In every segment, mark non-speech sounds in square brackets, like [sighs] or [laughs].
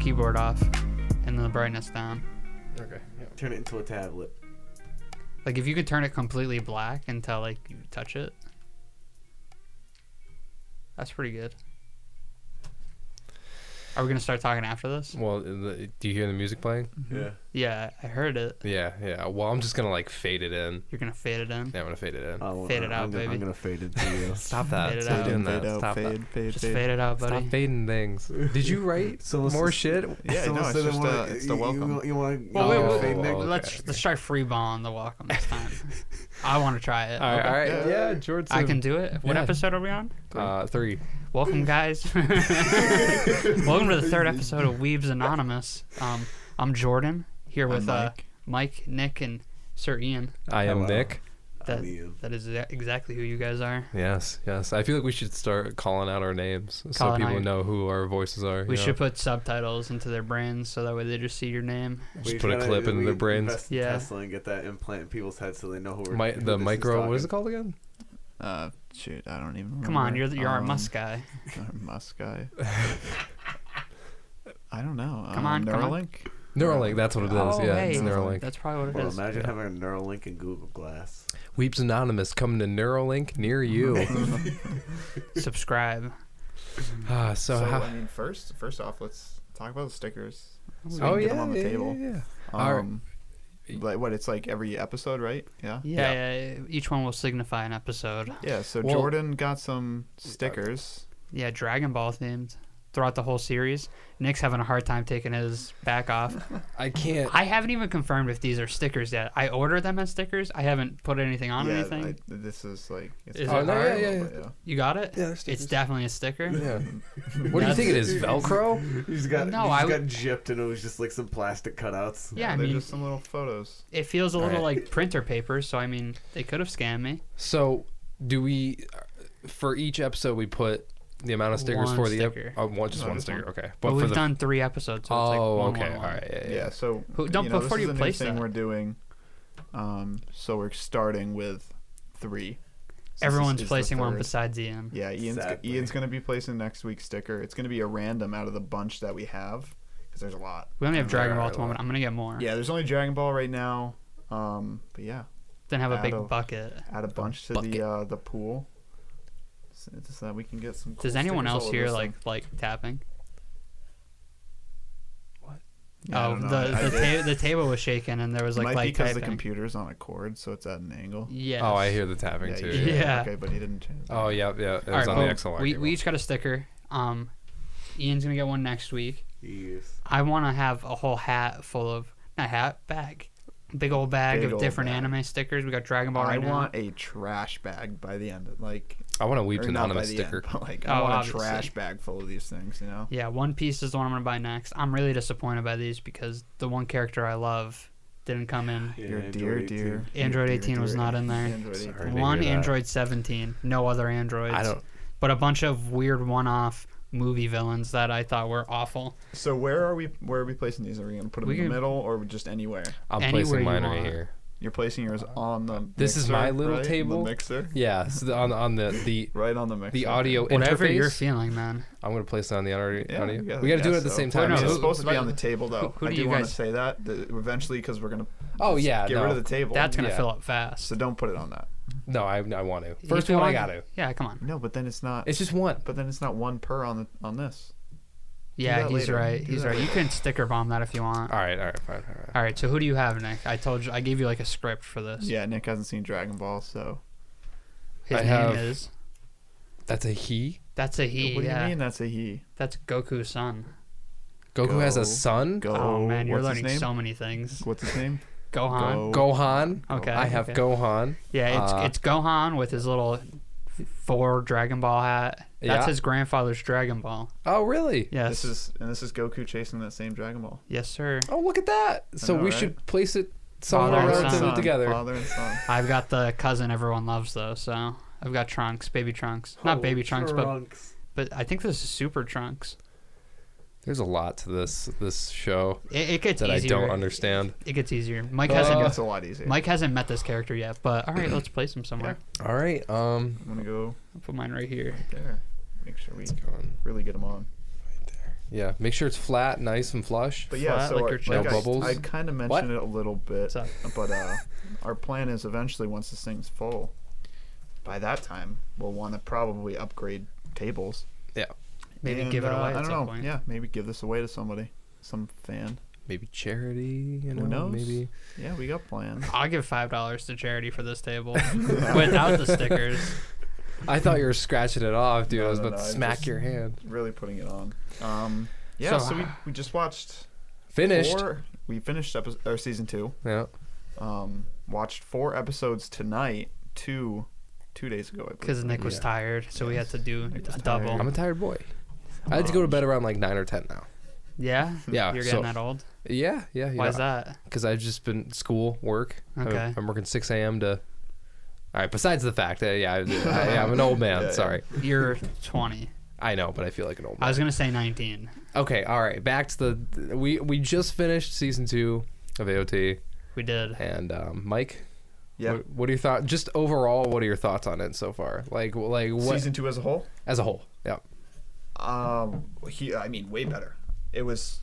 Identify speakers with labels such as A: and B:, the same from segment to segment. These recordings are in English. A: keyboard off and then the brightness down.
B: Okay. Yeah.
C: Turn it into a tablet.
A: Like if you could turn it completely black until like you touch it. That's pretty good. Are we gonna start talking after this?
B: Well, the- do you hear the music playing?
C: Yeah.
A: Yeah, I heard it.
B: Yeah, yeah. Well, I'm just gonna like fade it in.
A: You're gonna fade it in.
B: Yeah, I'm gonna fade it in.
C: Oh,
A: Fade it
C: I'm
A: out,
C: gonna,
A: baby.
C: I'm gonna fade it to you.
B: Stop that.
A: Fade it
B: Stop
A: out.
B: doing that.
D: Fade out,
B: Stop that.
D: fade, fade,
A: Just
D: fade.
A: fade it out, buddy.
B: Stop fading things. Did you write
C: [laughs] So let's-
B: more shit?
D: Yeah, no, it's just, uh, it's the welcome.
C: You, want to
A: Well, wait,
B: Oh,
A: wait,
B: okay,
A: wait, let's
B: okay.
A: let's try free ball on the welcome this [laughs] time. I want to try it.
B: All right, all right. Yeah,
C: Yeah.
B: George.
A: I can do it. What
B: Yeah.
A: episode are we on?
B: Uh, three.
A: Welcome, guys. Welcome to the third episode of Weaves Anonymous. Um, I'm Jordan here with uh, Mike, Nick, and Sir Ian.
B: I am
C: Hello.
B: Nick.
A: That,
C: Ian.
A: that is exa- exactly who you guys are.
B: Yes, yes. I feel like we should start calling out our names so
A: Calling
B: people
A: out-
B: know who our voices are.
A: We
B: you know?
A: should put subtitles into their brains so that way they just see your name.
B: just put a clip into their brains.
A: Yeah.
C: Yeah. Tesla and get that implant in people's heads so they know who we're.
B: Mi-
C: who
B: the
C: this is
B: micro. What is it
C: talking.
B: called again?
D: Uh, shoot, I don't even. Remember.
A: Come on, you're the- you're our
D: Um,
A: Musk guy.
D: [laughs] Our
A: [laughs]
D: Musk guy. I don't know.
A: Come
D: um,
A: on, come on.
D: Neuralink.
B: Neuralink. That's what it is. yeah, it's
A: Oh, hey,
B: Neuralink.
A: That's probably what it
C: Well,
A: is.
C: imagine
B: Yeah.
C: having a Neuralink and Google [laughs] Glass.
B: Weeps Anonymous coming to Neuralink near
D: [laughs]
B: you.
A: [laughs] Subscribe.
B: ah, so,
D: [laughs] so
B: how?
D: I mean, first, first off, let's talk about the stickers. So
B: oh
D: we can
B: yeah,
D: get 'em on the
B: yeah,
D: table.
B: yeah, yeah. All right.
D: Um, like what? It's like every episode, right? Yeah.
A: Yeah, yeah, each one will signify an episode.
D: Yeah. So
B: Well-
D: Jordan got some stickers.
A: Yeah, Dragon Ball themed throughout the whole series. Nick's having a hard time taking his back off.
B: I can't.
D: [laughs]
A: I haven't even confirmed if these are stickers yet. I ordered them as stickers. I haven't put anything on
D: yeah,
A: anything.
D: I, this is like. It's
A: Is
B: it Oh, no, hard? yeah, yeah,
D: But,
A: You got it?
B: Yeah, they're
A: it's
B: stickers.
A: definitely a sticker.
D: [laughs]
B: Yeah. What do you think it is? Velcro?
C: You just got
A: No,
C: you
A: I
C: just
A: would-
C: got gypped and it was just like some plastic cutouts.
A: Yeah, I
D: they're
A: mean,
D: just some little photos.
A: it feels a little
B: Alright.
A: like printer paper, so I mean, they could have scammed me.
B: So, do we? For each episode, we put the amount of stickers
A: One
B: for the ep-
A: sticker.
B: uh, one, just
D: No,
B: one
D: just
B: sticker. Okay,
A: But,
B: for
A: we've
B: the,
A: done three episodes, so
B: Oh,
A: it's like one,
B: okay.
A: one, one.
B: All right. Yeah.
D: Yeah.
B: yeah.
D: so
A: Who- don't
D: you know,
A: before
D: this
A: you
D: is a new
A: place
D: thing
A: that.
D: we're doing. Um, so we're starting with three. So this
A: Everyone's
D: is the
A: placing one
D: third.
A: besides Ian.
D: Yeah, Ian's
C: Exactly.
D: Ian's gonna be placing next week's sticker. It's gonna be a random out of the bunch that we have because there's a lot.
A: We only have Dragon Ball at the
B: Alright,
A: moment. I'm gonna get more.
D: Yeah, there's only Dragon Ball right now. Um, but yeah,
A: Then have a big
D: Shadow.
A: bucket.
D: add a bunch to
B: bucket.
D: the uh, the pool so, so that we can get some.
A: Does
D: cool
A: anyone
D: stickers
A: else
D: all
A: here
D: over this
A: like
D: thing.
A: like tapping?
D: Yeah, I
A: oh,
D: don't know.
A: the
D: I- I
A: the,
D: did-
A: ta- the table was shaking and there was like
D: might be
A: like
D: because
A: tapping.
D: the computer's on a cord, so it's at an angle.
A: Yes.
B: Oh, I hear the tapping
D: Yeah,
B: too.
D: you did.
A: Yeah.
D: Okay, but he didn't change.
B: [laughs] Oh yeah, yeah. It was
A: All right,
B: on
A: well,
B: the XLR.
A: we,
B: cable.
A: we each got a sticker. Um, Ian's gonna get one next week.
C: Yes.
A: I want to have a whole hat full of not hat bag, big old bag
D: Big
A: of
D: old
A: different
D: bag.
A: anime stickers. We got Dragon Ball
D: I
A: right
D: want a trash bag by the end. Of, like,
B: I want a Weeps
D: or not by
B: Anonymous
D: the end,
B: sticker.
D: but, like,
A: Oh,
D: I want
A: obviously.
D: a trash bag full of these things. You know.
A: now. Yeah, One Piece is the one I'm gonna buy next. I'm really disappointed by these because the one character I love didn't come
D: [sighs]
A: in.
C: Yeah,
D: Your
C: Android
D: dear,
C: 18.
D: dear.
A: Android
D: dear,
A: 18 was
D: dear
A: not in there.
D: Android 18.
C: Sorry. Hard to
A: One
B: hear that.
A: Android 17, no other androids.
B: I don't.
A: But a bunch of weird one-off movie villains that I thought were awful.
D: So where are we? Where are we placing these? Are we gonna put them
A: We
D: in the
A: can-
D: middle or just anywhere?
B: I'm
A: Anywhere you
B: placing mine right
A: want.
B: here.
D: You're placing yours
C: Uh,
D: on the.
B: This is
D: mixer,
B: my little
D: right?
B: table.
D: The mixer.
B: Yeah. So the, on on the the
D: Right on the mixer.
B: the audio
A: Whatever
B: interface.
A: you're feeling, man.
B: I'm gonna place it on the audio.
D: Yeah,
B: audio.
D: I
B: We got to do it
D: guess
B: at the
D: so.
B: same
D: Wait,
B: time.
D: no,
A: so-
D: it's supposed to be on the
A: who-
D: table though.
A: who- who
D: I
A: do
D: do,
A: you
D: want to
A: guys-
D: say that, that eventually because we're gonna
B: oh yeah.
D: get
B: no.
D: rid of the table.
A: That's gonna
B: Yeah.
A: fill up fast.
D: so don't put it on that.
B: No, I, I want to.
A: You
B: First
A: feel
B: one, I
A: like-
B: got to.
A: Yeah, come on.
D: No, but then it's not.
B: It's just one.
D: but then it's not one per on the on this.
A: Yeah,
D: that
A: he's
D: later.
A: right.
D: Do
A: he's
D: that
A: right. You
D: later.
A: can sticker bomb that if you want.
B: All right, all right, fine, all right.
A: All right. So who do you have, Nick? I told you. I gave you like a script for this.
D: Yeah, Nick hasn't seen Dragon Ball, so
A: His
B: I
A: name
B: have-
A: is.
B: That's a he.
A: That's a he.
D: what do
A: yeah.
D: you mean that's a he?
A: That's Goku's son.
B: Goku has
D: Go.
B: a son.
D: Go.
A: Oh man, you're
D: what's his
A: learning
D: name?
A: so many things.
D: What's his name?
A: Gohan.
D: Go.
B: Gohan.
A: Okay,
B: I have
A: okay.
B: Gohan.
A: Yeah, it's
B: Uh,
A: it's Gohan with his little four Dragon Ball hat. That's
B: Yeah.
A: his grandfather's Dragon Ball.
B: Oh really?
A: [laughs] Yes.
D: This is and this is Goku chasing that same Dragon Ball.
A: yes, sir.
B: Oh look at that. So
D: know,
B: we
D: right?
B: should place it
A: Father
B: somewhere
A: and
B: relatively
A: son.
B: together.
D: Father and son.
A: I've got the cousin everyone loves though, so I've got Trunks, baby Trunks. Not baby Trunks,
C: Trunks.
A: but but I think this is Super Trunks.
B: There's a lot to this this show
A: It, it gets
B: that I
A: easier.
B: don't understand.
A: It gets easier. Mike
B: Uh,
A: hasn't
D: It gets a lot easier.
A: Mike hasn't met this character yet, but all right, let's place him somewhere.
B: All right. Um.
D: I'm gonna go
A: I'll put mine right here.
D: there. Make sure we
B: It's going
D: really get him on.
B: right there. Yeah, make sure it's flat, nice and flush.
D: But yeah,
A: Flat
D: so
A: like your
D: our, like
B: chest. Bubbles?
D: I, I kind of mentioned
B: What?
D: it a little bit,
A: What's up?
D: [laughs] but uh, our plan is eventually once this thing's full, by that time we'll want to probably upgrade tables.
B: Yeah,
A: Maybe
D: And,
A: give it
D: uh,
A: away
D: I
A: at
D: don't
A: some
D: know.
A: point.
D: Yeah, maybe give this away to somebody, some fan.
B: maybe charity. You know,
D: Who knows?
B: maybe
D: Yeah, we got plans.
A: I'll give five dollars to charity for this
B: [laughs]
A: table without the stickers.
B: I thought you were scratching it off, dude.
D: No,
B: I was
D: no,
B: about
D: no,
B: to
D: I
B: smack
D: just-
B: your hand.
D: really putting it on. Um, yeah,
A: So-
D: so, we, we just watched
B: Finished.
D: four. We finished episode, or season two.
B: Yeah.
D: Um, watched four episodes tonight. Two, two days ago, I believe.
A: Because Nick was
B: Yeah.
A: tired, so we had to do
D: Nick was
A: a double.
B: I'm a tired boy. I had to go to bed around like nine or ten now.
A: Yeah,
B: Yeah,
A: You're
B: so-
A: getting that old.
B: Yeah, yeah.
A: Why is that?
B: Because I've just been school, work. I'm-
A: Okay.
B: I'm, working six a.m. to. All right. Besides the fact that yeah, I, I,
D: [laughs]
B: am an old man.
D: Yeah, yeah.
B: sorry,
A: [laughs] You're 20.
B: I know, but I feel like an old
A: I
B: man.
A: was gonna say 19.
B: Okay. All right. Back to the we we just finished season two of AOT
A: We did.
B: and um, Mike.
D: Yeah.
B: What, what are your thoughts? Just overall, what are your thoughts on it so far? Like like what
D: season two as a whole.
B: as a whole? Yeah.
D: Um, he, I mean, way better. It was,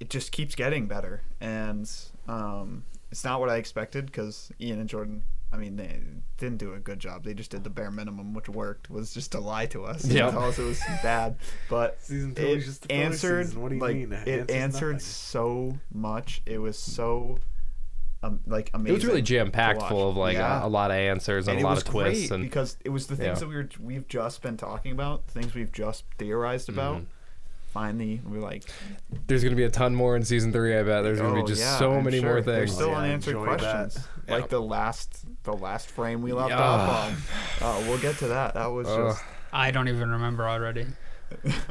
D: it just keeps getting better, and um, it's not what I expected because Ian and Jordan, I mean, they didn't do a good job. They just did the bare minimum, which worked, was just to lie to us and
B: Yeah.
D: tell us
B: [laughs]
D: it was bad. But
C: Season two
D: it
C: was just the filler
D: answered,
C: season. What do you
D: like,
C: mean? It
D: it
C: answers
D: answered
C: nothing.
D: so much. It was so, um, like
B: It
D: amazing.
B: was really jam packed
D: to
B: full
D: watch.
B: of like
D: Yeah
B: a, a lot of answers and,
D: it
B: a lot
D: was
B: of twists
D: great
B: and
D: because it was the things
B: Yeah.
D: that we were we've just been talking about, things we've just theorized
B: Mm-hmm.
D: about. Finally, we're like,
B: There's gonna be a ton more in season three. I bet there's gonna
D: "Oh,
B: be just
D: yeah,
B: so
D: I'm
B: many
D: sure.
B: more
D: There's
B: things.
D: [laughs] still
C: Oh, yeah,
D: unanswered
C: enjoy that.
D: questions,
B: Yeah.
D: like the last the last frame we left
B: Yeah.
D: off on. Oh, we'll get to that. That was
B: Ugh. [laughs]
D: just
A: I don't even remember already.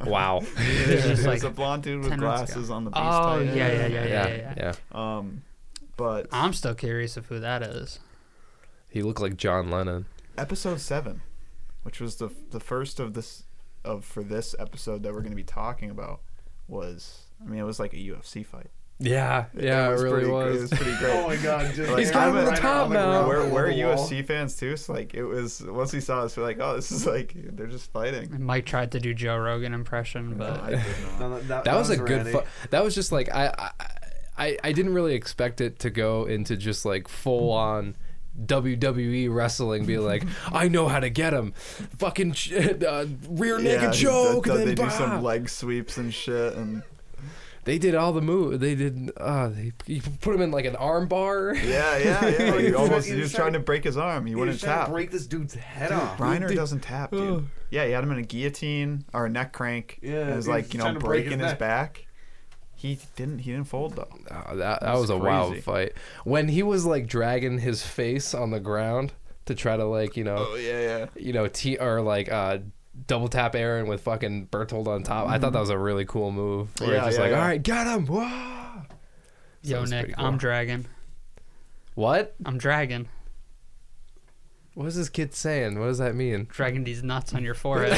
B: wow.
A: It was just
D: it
A: like,
D: was a blonde
A: 10
D: dude with
A: minutes ago.
D: glasses on the beast.
A: oh yeah
D: Titan.
A: yeah yeah, yeah, yeah,
B: [laughs] yeah,
A: yeah.
B: yeah.
D: Um, but
A: I'm still curious of who that is.
B: He looked like John Lennon.
D: episode seven, which was the the first of this of for this episode that we're going to be talking about, was I mean it was like a UFC fight.
B: Yeah, yeah, it,
D: was
B: really
D: pretty,
B: was.
D: It was
B: [laughs]
C: [laughs]
D: pretty great.
C: Oh my god, just
D: He's
C: right
D: over the
C: on
B: top
C: the
B: now.
C: ground,
D: we're
C: on
D: we're
C: the wall.
D: UFC fans too, so like it was once we saw this, we're like, oh, this is like they're just fighting.
A: And Mike tried to do Joe Rogan impression,
D: But
A: but
D: I [laughs] did not.
C: No, no, that,
B: that was a good.
C: Randy.
B: Fu- that was just like I, I- I, I didn't really expect it to go into just like full on. WWE wrestling be
D: [laughs]
B: like, I know how to get him, fucking ch- [laughs] uh, rear naked
D: Yeah,
B: choke.
D: th- th-
B: then
D: they do
B: bah.
D: some leg sweeps and shit, [laughs] and
B: They did all the move. They did. Uh, they you put him in like an arm bar. [laughs]
D: yeah, yeah, yeah.
C: He
D: he
C: was
D: almost
C: trying-
D: he was trying to break his arm. He
C: He was
D: wouldn't
C: trying to
D: tap.
C: Break this dude's head
D: Dude,
A: [laughs]
C: off.
D: Reiner
B: Dude.
D: doesn't tap,
B: Ugh.
D: dude. Yeah, he had him in a guillotine or a neck crank.
C: Yeah,
D: and it was
C: he
D: like
C: was
D: you know
C: trying to break
D: breaking
C: his
D: his
C: neck.
D: back. He didn't. He didn't fold though.
B: Ah, that that
D: was
B: was, a wild
D: crazy.
B: fight. When he was like dragging his face on the ground to try to like you know
D: Oh, yeah, yeah.
B: you know t or like uh double tap Aaron with fucking Bertold on top. I thought that was a really cool move. Where it's
D: Yeah,
B: just
D: yeah,
B: like
D: yeah.
B: all right, get him. Wah!
A: yo
B: Sounds
A: Nick,
B: pretty cool.
A: I'm dragging.
B: What?
A: I'm dragging.
B: What is this kid saying? What does that mean?
A: Dragging these nuts on your forehead.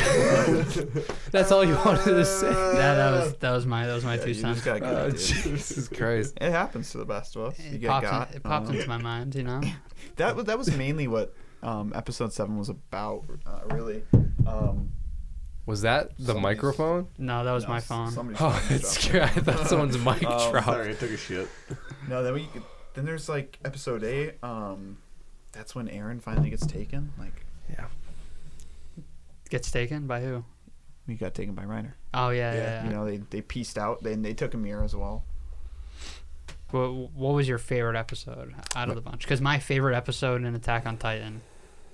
B: [laughs] That's all you wanted to
A: [laughs]
B: say.
A: that, that was that was my that was my
D: [laughs] yeah
A: two
D: you just
A: cents.
D: gotta get
B: Oh,
D: it, dude.
B: Jesus Christ.
D: It happens to the best of us. You
A: It
D: get
A: popped,
D: got.
A: in, it popped
D: um,
A: into my mind, you know.
D: that was that was mainly what um, episode seven was about, uh, really. Um,
B: Was that the
D: Somebody's-
B: microphone?
A: No, that was
D: no,
A: my
D: s-
A: phone.
B: [laughs]
D: somebody's
B: Oh,
D: phone
B: it's
D: dropped.
B: scary. I thought someone's mic
D: Oh,
B: dropped.
C: uh, Sorry, I took a shit.
D: No, then we then there's like episode eight. Um, that's when Aaron finally gets taken. Like
B: Yeah.
A: Gets taken by who?
D: we got taken by Reiner.
A: Oh yeah, yeah. yeah.
D: You know they they pieced out. Then they took Amir as well.
A: What What was your favorite episode out of the bunch? Because my favorite episode in Attack on Titan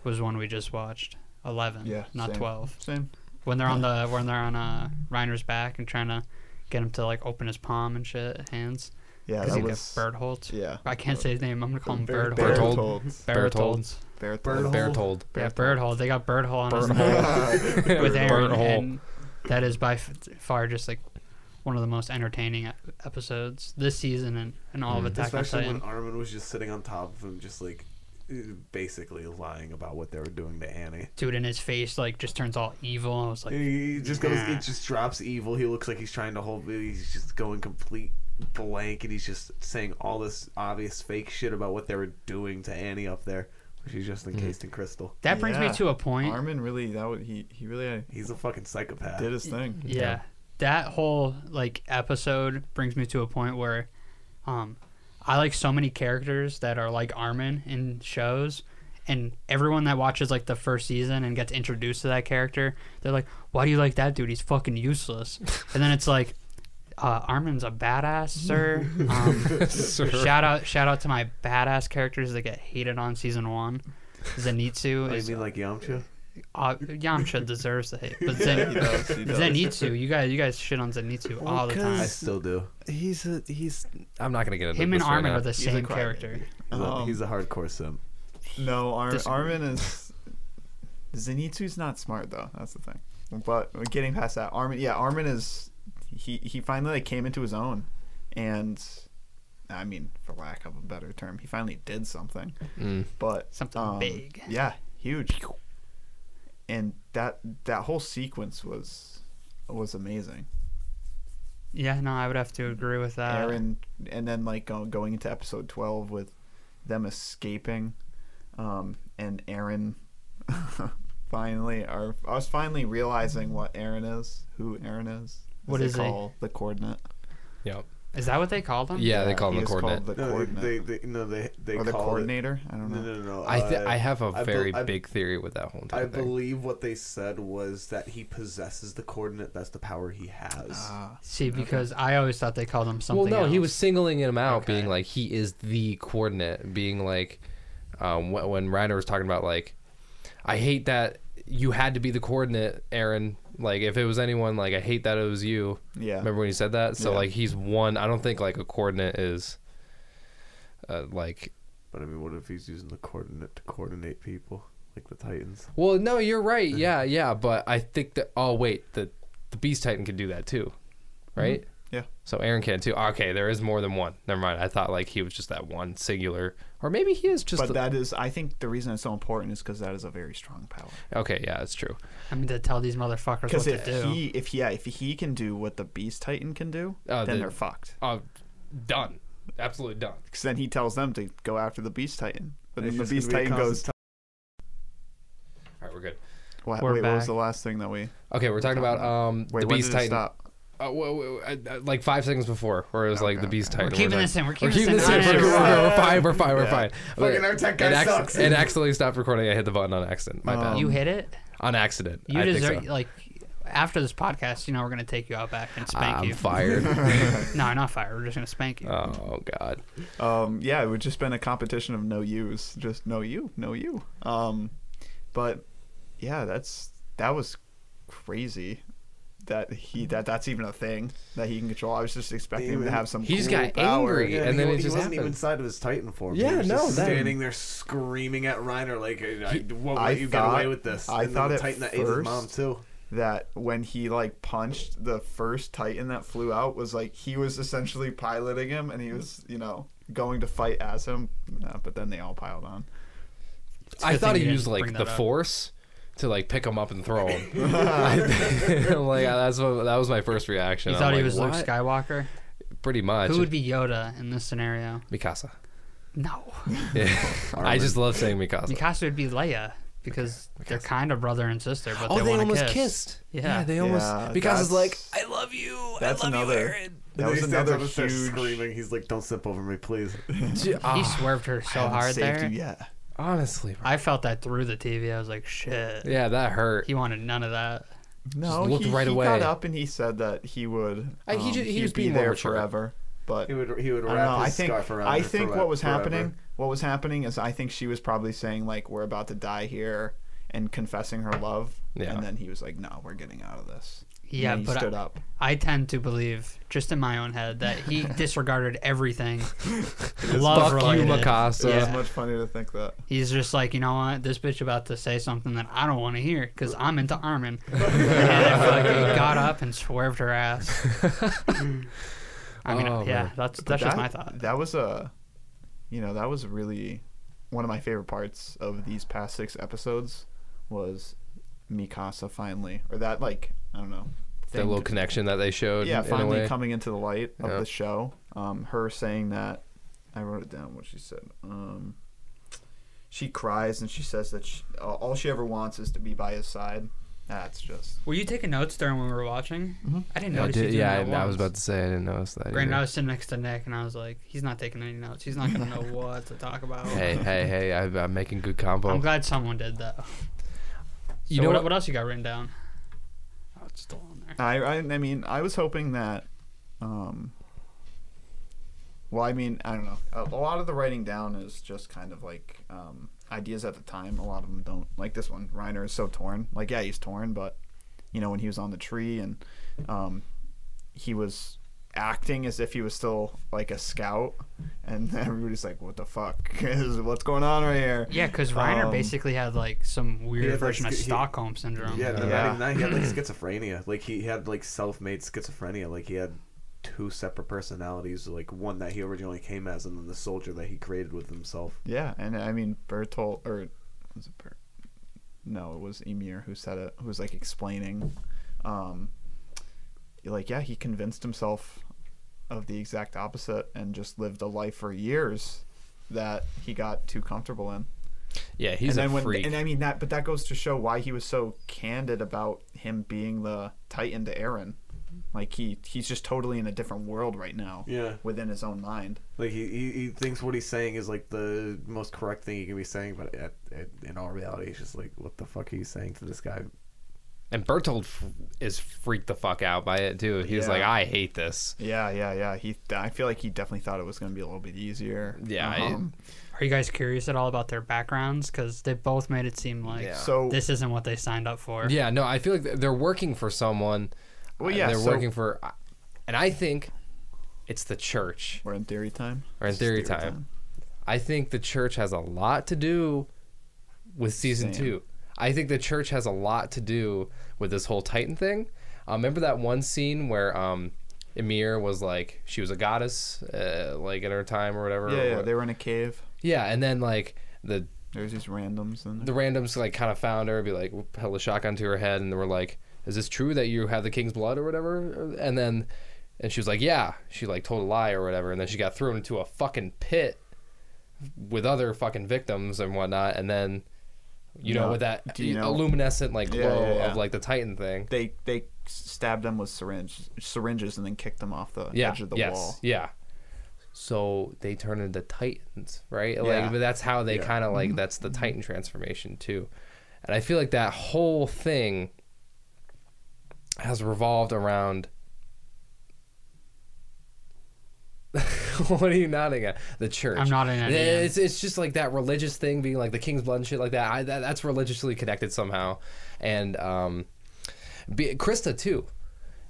A: was one we just watched. Eleven,
D: Yeah,
A: not
D: same.
A: twelve.
D: Same.
A: When they're on the when they're on uh, Reiner's back and trying to get him to like open his palm and shit, hands.
D: Yeah,
A: Because
D: that
A: he
D: was.
A: got Bertholdt.
D: yeah.
A: I can't say his name. I'm gonna call him
C: Ber-
A: Bertholdt.
B: Berthold.
D: Berthold.
A: Bertholdt.
D: Berthold.
C: Berthold.
B: Bertold.
A: Yeah, Berthold. They got Berthold on his
B: Berthold.
A: neck [laughs]
B: Berthold.
A: with Aaron,
B: Berthold.
A: and that is by f- far just like one of the most entertaining ep- episodes this season and, and all of
C: Mm.
A: Attack on
C: Especially when
A: Titan.
C: Armin was just sitting on top of him, just like uh, basically lying about what they were doing to Annie.
A: Dude, and his face like just turns all evil. I was like,
C: He he just goes,
A: Nah.
C: it just drops evil. He looks like he's trying to hold, he's just going complete blank, and he's just saying all this obvious fake shit about what they were doing to Annie up there. She's just
A: Hmm.
C: encased in crystal.
A: That brings me
D: Yeah.
A: to a point.
D: Armin really that would he he really
C: He's a fucking psychopath.
D: did his thing.
A: yeah. that whole like episode brings me to a point where um I like so many characters that are like Armin in shows and everyone that watches like the first season and gets introduced to that character, they're like, "Why do you like that dude? He's fucking useless." and then it's like, uh, "Armin's a badass, sir." Um,
B: Sir.
A: shout out, shout out to my badass characters that get hated on season one. Zenitsu
C: I
A: is
C: mean, like Yamcha.
D: [laughs]
A: uh, Yamcha deserves the hate, but
D: He
A: Zen,
D: does, he does.
A: Zenitsu, you guys, you guys shit on Zenitsu all the
B: Well,
A: time.
C: I
B: 'cause-
C: still do.
B: He's a, he's. I'm not gonna get into
A: Him
B: this
A: and Armin
B: right
A: are the
D: a
A: same
D: crybaby.
A: character.
C: He's, a,
D: Um,
C: he's a hardcore sim.
D: No, Ar-
A: Disagree.
D: Armin is Zenitsu's not smart though. That's the thing. But getting past that, Armin, yeah, Armin is he he finally like, came into his own, and I mean, for lack of a better term, he finally did something.
B: Mm.
D: But
A: Something
D: um,
A: big.
D: yeah, huge. And that that whole sequence was was amazing.
A: Yeah, no, I would have to agree with that.
D: Aaron, and then like go- going into episode twelve with them escaping, um, and Aaron [laughs] finally, or I was finally realizing what Aaron is, who Aaron is. as
A: What
D: they
A: is he?
D: call the coordinate?
B: Yep.
A: Is that what they called him?
B: Yeah, they call
D: he
B: him the
D: is called
B: coordinate.
D: The
C: No,
D: coordinate.
C: they, they, they, no, they, they
D: or the
C: call it-
D: coordinator? I don't know.
C: No, no, no. no.
B: I th-
C: uh,
B: I have a
C: I bel-
B: very
C: I-
B: big theory with that whole entire
C: I
B: thing.
C: believe what they said was that he possesses the coordinate. That's the power he has.
D: Ah,
A: See, because I always thought they called him something.
B: well, no,
A: else.
B: he was singling him out,
A: Okay.
B: being like he is the coordinate, being like um, wh- when Reiner was talking about like, I hate that you had to be the coordinate, Aaron. Like if it was anyone, like I hate that it was you.
D: yeah.
B: Remember when you said that? So
D: Yeah.
B: like he's one. I don't think like a coordinate is. Uh, like
C: But I mean, what if he's using the coordinate to coordinate people, like the Titans?
B: well no you're right yeah yeah but I think that oh wait the the beast titan can do that too, right?
D: Yeah.
B: So Aaron can too. Okay, there is more than one. Never mind. I thought like he was just that one singular, or maybe he is just.
D: But
B: the-
D: that is, I think, the reason it's so important is because that is a very strong power.
B: okay, yeah, it's true.
A: I mean, to tell these motherfuckers what
D: Because
A: to
D: if
A: do.
D: he, if yeah, if he can do what the Beast Titan can do,
B: Uh,
D: then
B: the-
D: they're fucked.
B: Uh, done. Absolutely done.
D: Because then he tells them to go after the Beast Titan. But
C: It's
D: then the
C: just gonna
D: Beast
C: be a
D: Titan
C: constant
D: goes.
B: All right, we're good.
D: What,
A: We're
D: wait, what was
A: back.
D: the last thing that we?
B: Okay, we're talking about um
D: Wait,
B: the
D: when
B: Beast
D: did
B: Titan.
D: it stop?
B: Uh, wait, wait, uh, uh, like five seconds before, where it was like
D: Okay,
B: the Beast
A: we're
B: Titan.
A: keeping
B: like,
A: this in. We're
B: We're
A: keeping
B: keeping
A: this
B: this in.
A: on
B: We're,
A: it.
B: we're, we're fine. We're fine. We're
D: Yeah. [laughs]
B: fine.
C: Fucking
B: Okay.
C: our tech guy
B: it, acc-
C: sucks.
B: it accidentally stopped recording. I hit the button on accident. My bad.
D: Um,
A: You hit it.
B: on accident.
A: You
B: I think
A: deserve
B: so.
A: like after this podcast. You know, we're gonna take you out back and spank
B: I'm
A: you.
D: [laughs]
B: fired.
A: [laughs] No, not fire. We're just gonna spank you.
B: oh God.
D: Um, yeah, it would just been a competition of no yous, just no you, no you. Um, but yeah, that's that was crazy. That he that that's even a thing that he can control. I was just expecting him to
C: Even-
D: have some.
B: He just
D: cool
B: got
D: power.
B: angry.
C: Yeah,
B: and
C: he,
B: then
C: wa-
B: it
C: he
B: just
C: wasn't even
B: happened.
C: inside of his Titan form.
B: Yeah,
C: he was
B: no,
C: just
B: that-
C: standing there screaming at Reiner like, "I, I won't
D: I
C: let you get
D: thought-
C: away with this."
D: I
C: and
D: thought
C: then
D: at
C: the Titan that ate his mom
D: first-
C: too.
D: that when he like punched the first titan that flew out was like he was essentially piloting him and he was you know going to fight as him Uh, but then they all piled on
A: It's a
B: I
A: good
B: thought
A: thing
B: he
A: you
B: used
A: didn't
B: like
A: bring
B: the
A: that up.
B: force to like pick him up and throw
D: [laughs]
B: him. [laughs] I'm like uh, that's what, that was my first reaction.
A: You
B: I'm
A: thought he
B: like,
A: was Luke
B: "What?"
A: Skywalker.
B: Pretty much.
A: Who would be Yoda in this scenario?
D: [laughs]
B: Mikasa?
A: No,
B: Yeah. I just love saying Mikasa.
A: Mikasa would be Leia because they're kind of brother and sister, but
B: Oh,
A: they,
B: they,
A: want to
B: almost
A: kiss.
B: kissed.
A: Yeah.
B: they almost.
D: Yeah,
B: Mikasa's
D: that's-
B: like, I love you.
D: that's
B: I love
D: another-
B: you,
D: [laughs]
B: Aaron.
D: that
C: and
D: was
C: he stands
D: another
C: up and starts
D: huge
C: screaming. He's like, "Don't step over me,
D: [laughs]
C: please."
B: Gee,
A: He
B: ah,
A: swerved her so hard
D: saved
A: there.
D: you yet
B: honestly, bro.
A: I felt that through the TV. I was like, shit.
B: yeah, that hurt.
A: He wanted none of that.
D: no
B: looked
D: he,
B: right
D: he
B: away.
D: got up and he said that he would
B: I- he
D: um,
B: ju- he
D: he'd
B: was
D: be
B: being more
D: there
B: mature.
D: forever but
C: He would he would
D: I
C: wrap
D: don't know.
C: his
D: I think
C: scarf around.
D: I
C: her for
D: think
C: like-
D: what was
C: forever.
D: happening, what was happening is I think she was probably saying like we're about to die here and confessing her love,
B: Yeah.
D: and then he was like, no, we're getting out of this. And
A: Yeah,
D: then he
A: but
D: stood
A: I-
D: up.
A: I tend to believe, just in my own head, that
B: [laughs]
A: he disregarded everything.
B: Fuck
A: love
B: you,
A: related.
B: Mikasa.
D: So it's
A: Yeah.
D: much funnier to think that.
A: He's just like, you know what? This bitch about to say something that I don't want to hear because I'm into Armin. and I fucking got up and swerved her ass. I mean,
B: Oh,
A: yeah,
B: man.
A: that's that's just
D: that,
A: my thought.
D: That was a, you know, that was really one of my favorite parts of these past six episodes was Mikasa finally, or that like I don't know,
B: That
D: thing
B: little connection that they showed. in
D: yeah,
B: a way.
D: finally coming into the light of
B: Yeah.
D: the show. Um, her saying that, I wrote it down what she said. Um, she cries and she says that she, all all she ever wants is to be by his side, That's just
A: Were you taking notes during when we were watching?
D: Mhm.
A: I didn't
B: Yeah, I
A: notice.
B: did-
A: you
B: yeah,
A: yeah,
B: I, I was about to say I didn't notice that.
A: Granted, I
B: either.
A: was sitting next to Nick, and I was like, "He's not taking any notes. He's not gonna know what to talk about."
B: Hey, hey, hey! I, I'm making good combo.
A: I'm glad someone did though.
B: You
A: So
B: know
A: what,
B: what-
A: what else you got written down? Oh, it's still on there.
D: I, I I mean I was hoping that um well I mean I don't know a, a lot of the writing down is just kind of like um ideas at the time a lot of them don't like this one Reiner is so torn like yeah he's torn but you know when he was on the tree and um he was acting as if he was still like a scout and [laughs] everybody's like what the fuck [laughs] is what's going on right here
A: Yeah, because Reiner
D: Um,
A: basically had like some weird
C: had, like,
A: version of
C: schi- he-
A: Stockholm syndrome.
C: Yeah, no,
D: Yeah.
C: not even that. He
D: [clears throat]
C: had like schizophrenia. Like he had like self-made schizophrenia. Like he had two separate personalities. Like one that he originally came as, and then the soldier that he created with himself.
D: Yeah, and I mean Bertolt or was it Bert? No, it was Emir who said it. Who was like explaining, um, like yeah, he convinced himself of the exact opposite and just lived a life for years that he got too comfortable in.
B: yeah, he's
D: and
B: a
D: then when,
B: freak.
D: And I mean that, but that goes to show why he was so candid about him being the Titan to Aaron. Like he, he's just totally in a different world right now.
C: Yeah.
D: Within his own mind.
C: Like he, he, he thinks what he's saying is like the most correct thing he can be saying, but at, at, in all reality, it's just like what the fuck are you saying to this guy?
B: and Bertold f- is freaked the fuck out by it too. He's
D: Yeah.
B: like, I hate this.
D: Yeah, yeah, yeah. He, I feel like he definitely thought it was going to be a little bit easier.
B: Yeah, I-
D: Um,
A: Are you guys curious at all about their backgrounds? Because they both made it seem like
B: Yeah.
D: so
A: this isn't what they signed up for.
B: Yeah, no, I feel like they're working for someone.
D: Well,
B: Uh,
D: yeah,
B: they're
D: so-
B: working for, and I think it's the church.
D: we're in theory time.
B: Or in
D: This is
B: theory time. I think the church has a lot to do with season
D: Same.
B: two. I think the church has a lot to do with this whole Titan thing. Uh, remember that one scene where um, Emir was like, she was a goddess, uh, like in her time or whatever.
D: Yeah, yeah, they were in a cave.
B: Yeah, and then like the
D: There's these randoms in
B: the
D: there.
B: randoms like kind of found her, be like held a shotgun to her head, and they were like, "Is this true that you have the king's blood or whatever?" And then, and she was like, "Yeah," she like told a lie or whatever, and then she got thrown into a fucking pit with other fucking victims and whatnot, and then. You know,
D: No,
B: with that
D: do you know-
B: luminescent like glow
D: Yeah, yeah, yeah.
B: of like the Titan thing.
D: They they stabbed them with syringe, syringes and then kicked them off the
B: yeah,
D: edge of the
B: yes,
D: wall.
B: Yeah. So they turn into titans, right?
D: Yeah.
B: Like, but that's how they
C: Yeah.
B: kind of like that's the titan transformation too, and I feel like that whole thing has revolved around. [laughs] what are you nodding at? The church.
A: I'm nodding at Ian.
B: It's it's just like that religious thing being like the king's blood and shit like that. I, that that's religiously connected somehow, and um, be, Krista too.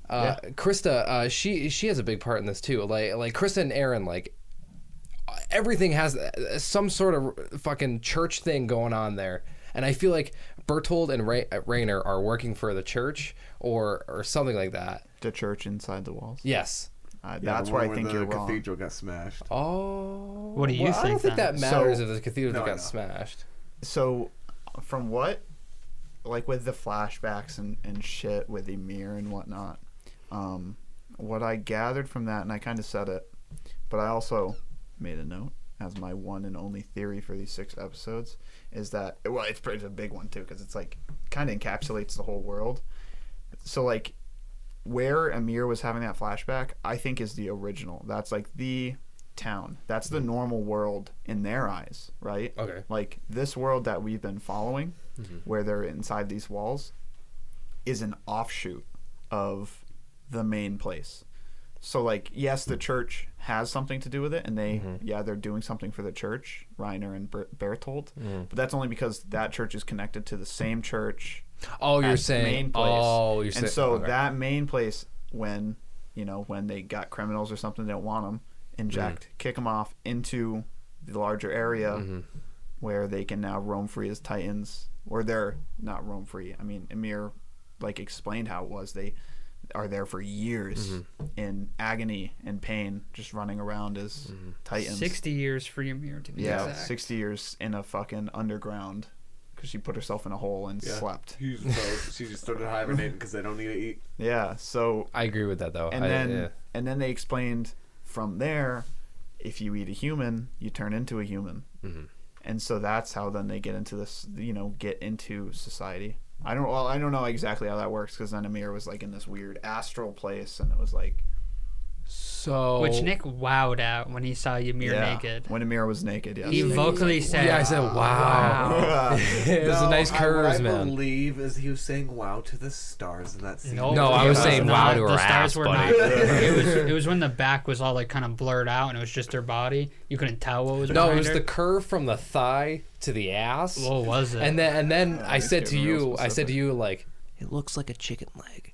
B: Uh, Krista, uh, she she has a big part in this too. Like like Krista and Aaron, like everything has uh, some sort of fucking church thing going on there. And I feel like Bertold and Ray- Rayner are working for the church or or something like that.
D: The church inside the walls.
B: Yes.
D: Uh,
C: Yeah,
D: that's
C: the one
D: where I
C: where
D: think
C: the
D: you're wrong.
C: cathedral got smashed.
B: Oh.
A: What do you
B: well, I don't
A: think,
B: think
A: then?
B: that matters
D: So-
B: if the cathedral
C: No, I
B: got
C: know.
B: smashed.
D: So, from what, like with the flashbacks and and shit with Emir and whatnot, um, what I gathered from that, and I kind of said it, but I also made a note as my one and only theory for these six episodes is that well, it's pretty it's a big one too because it's like kind of encapsulates the whole world. So like, where Amir was having that flashback, I think is the original. That's like the town. That's the normal world in their eyes, right?
B: Okay.
D: Like this world that we've been following, where they're inside these walls, is an offshoot of the main place. So like yes, the church has something to do with it, and they yeah they're doing something for the church, Reiner and Ber- Bertold, but that's only because that church is connected to the same church
B: Oh, you're
D: as the
B: saying. Oh, you're saying.
D: and so
B: okay.
D: that main place, when you know when they got criminals or something, they don't want them, inject,
B: Mm-hmm.
D: kick 'em kick them off into the larger area where they can now roam free as titans, or they're not roam free. I mean, Emir like explained how it was they are there for years
B: Mm-hmm.
D: in agony and pain, just running around as
B: Mm-hmm.
D: titans.
A: Sixty years for Ymir to be
D: yeah,
A: exact.
D: sixty years in a fucking underground because she put herself in a hole and
C: Yeah.
D: slept.
C: She just, froze. she just [laughs] started hibernating because they don't need to eat.
D: Yeah, so
B: I agree with that though.
D: and
B: I-
D: then
B: yeah.
D: and then they explained from there if you eat a human you turn into a
B: Mm-hmm.
D: human and so that's how then they get into this you know get into society I don't. Well, I don't know exactly how that works because then Amir was like in this weird astral place, and it was like
B: So
A: Which Nick wowed at when he saw Ymir
D: yeah,
A: naked.
D: when Amir was naked. Yes.
A: He vocally said,
B: Yeah, I said wow. [laughs] it was a
C: No,
B: nice
C: I-
B: curves,
C: what I
B: man.
C: believe is he was saying wow to the stars in that scene.
A: Nope,
B: No, I was
A: it
B: saying
A: not-
B: wow to her
A: the stars
B: ass,
A: were
B: buddy.
A: Not, [laughs] it was it
D: [laughs]
A: was when the back was all like kind of blurred out and it was just her body. You couldn't tell what was.
B: No, it
A: behind
B: was
A: her.
B: the curve from the thigh to the ass.
A: What was it?
B: And then and then I
D: he's
B: said to
D: getting real
B: you, I said to
D: specific.
B: you like it looks like a chicken leg.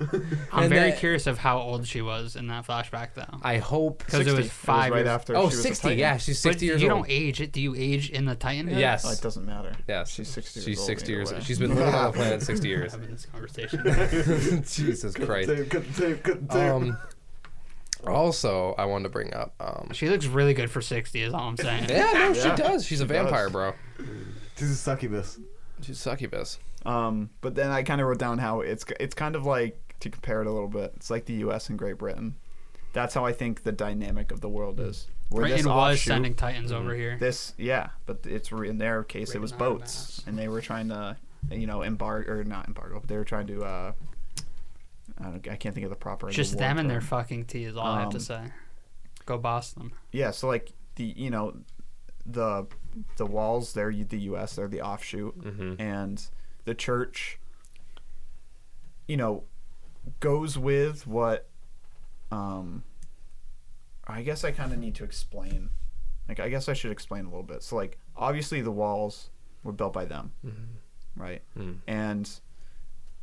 A: I'm
B: and
A: very
B: that-
A: curious of how old she was in that flashback though.
B: I hope
A: Because it was
D: 60.
A: five
D: right
A: years.
D: after.
B: Oh,
D: she was a
B: 60.
D: Titan.
B: Yeah, she's 60
A: But
B: years
A: you
B: old.
A: don't age it. Do you age in the Titan? head?
B: Yes.
D: Oh, it doesn't matter.
B: Yes.
D: She's 60 years
B: She's
D: old
B: 60
D: either
B: years
D: way.
B: old. She's been living on the
D: [laughs]
B: planet 60 years.
A: Having this conversation. [laughs]
B: [laughs] Jesus Christ.
C: Good, good, good,
A: [laughs]
C: good.
B: Um also, I wanted to bring up um
A: she looks really good for 60. Is all I'm saying.
B: Yeah, no, she
D: Yeah,
B: does. She's a
D: she does.
B: vampire, bro.
C: This is succubus.
B: She's succubus.
D: Um, but then I kind of wrote down how it's it's kind of like to compare it a little bit. It's like the U.S. and Great Britain. That's how I think the dynamic of the world is. Where this
A: Britain was
D: offshoot- Mm-hmm.
A: sending Titans over here.
D: this, yeah, but it's re- in their case it
A: Raven
D: was
A: Iron
D: boats, and they were trying to, you know, embargo or not embargo, but they were trying to. Uh, I, don't, I can't think of the proper.
A: Just
D: war
A: them and their
D: term.
A: fucking tea is all I have to
D: Um,
A: say. Go boss them.
D: yeah so like the you know the the walls they're the us they're the offshoot and the church you know goes with what um i guess i kind of need to explain like i guess i should explain a little bit so like obviously the walls were built by them right
B: Mm.
D: and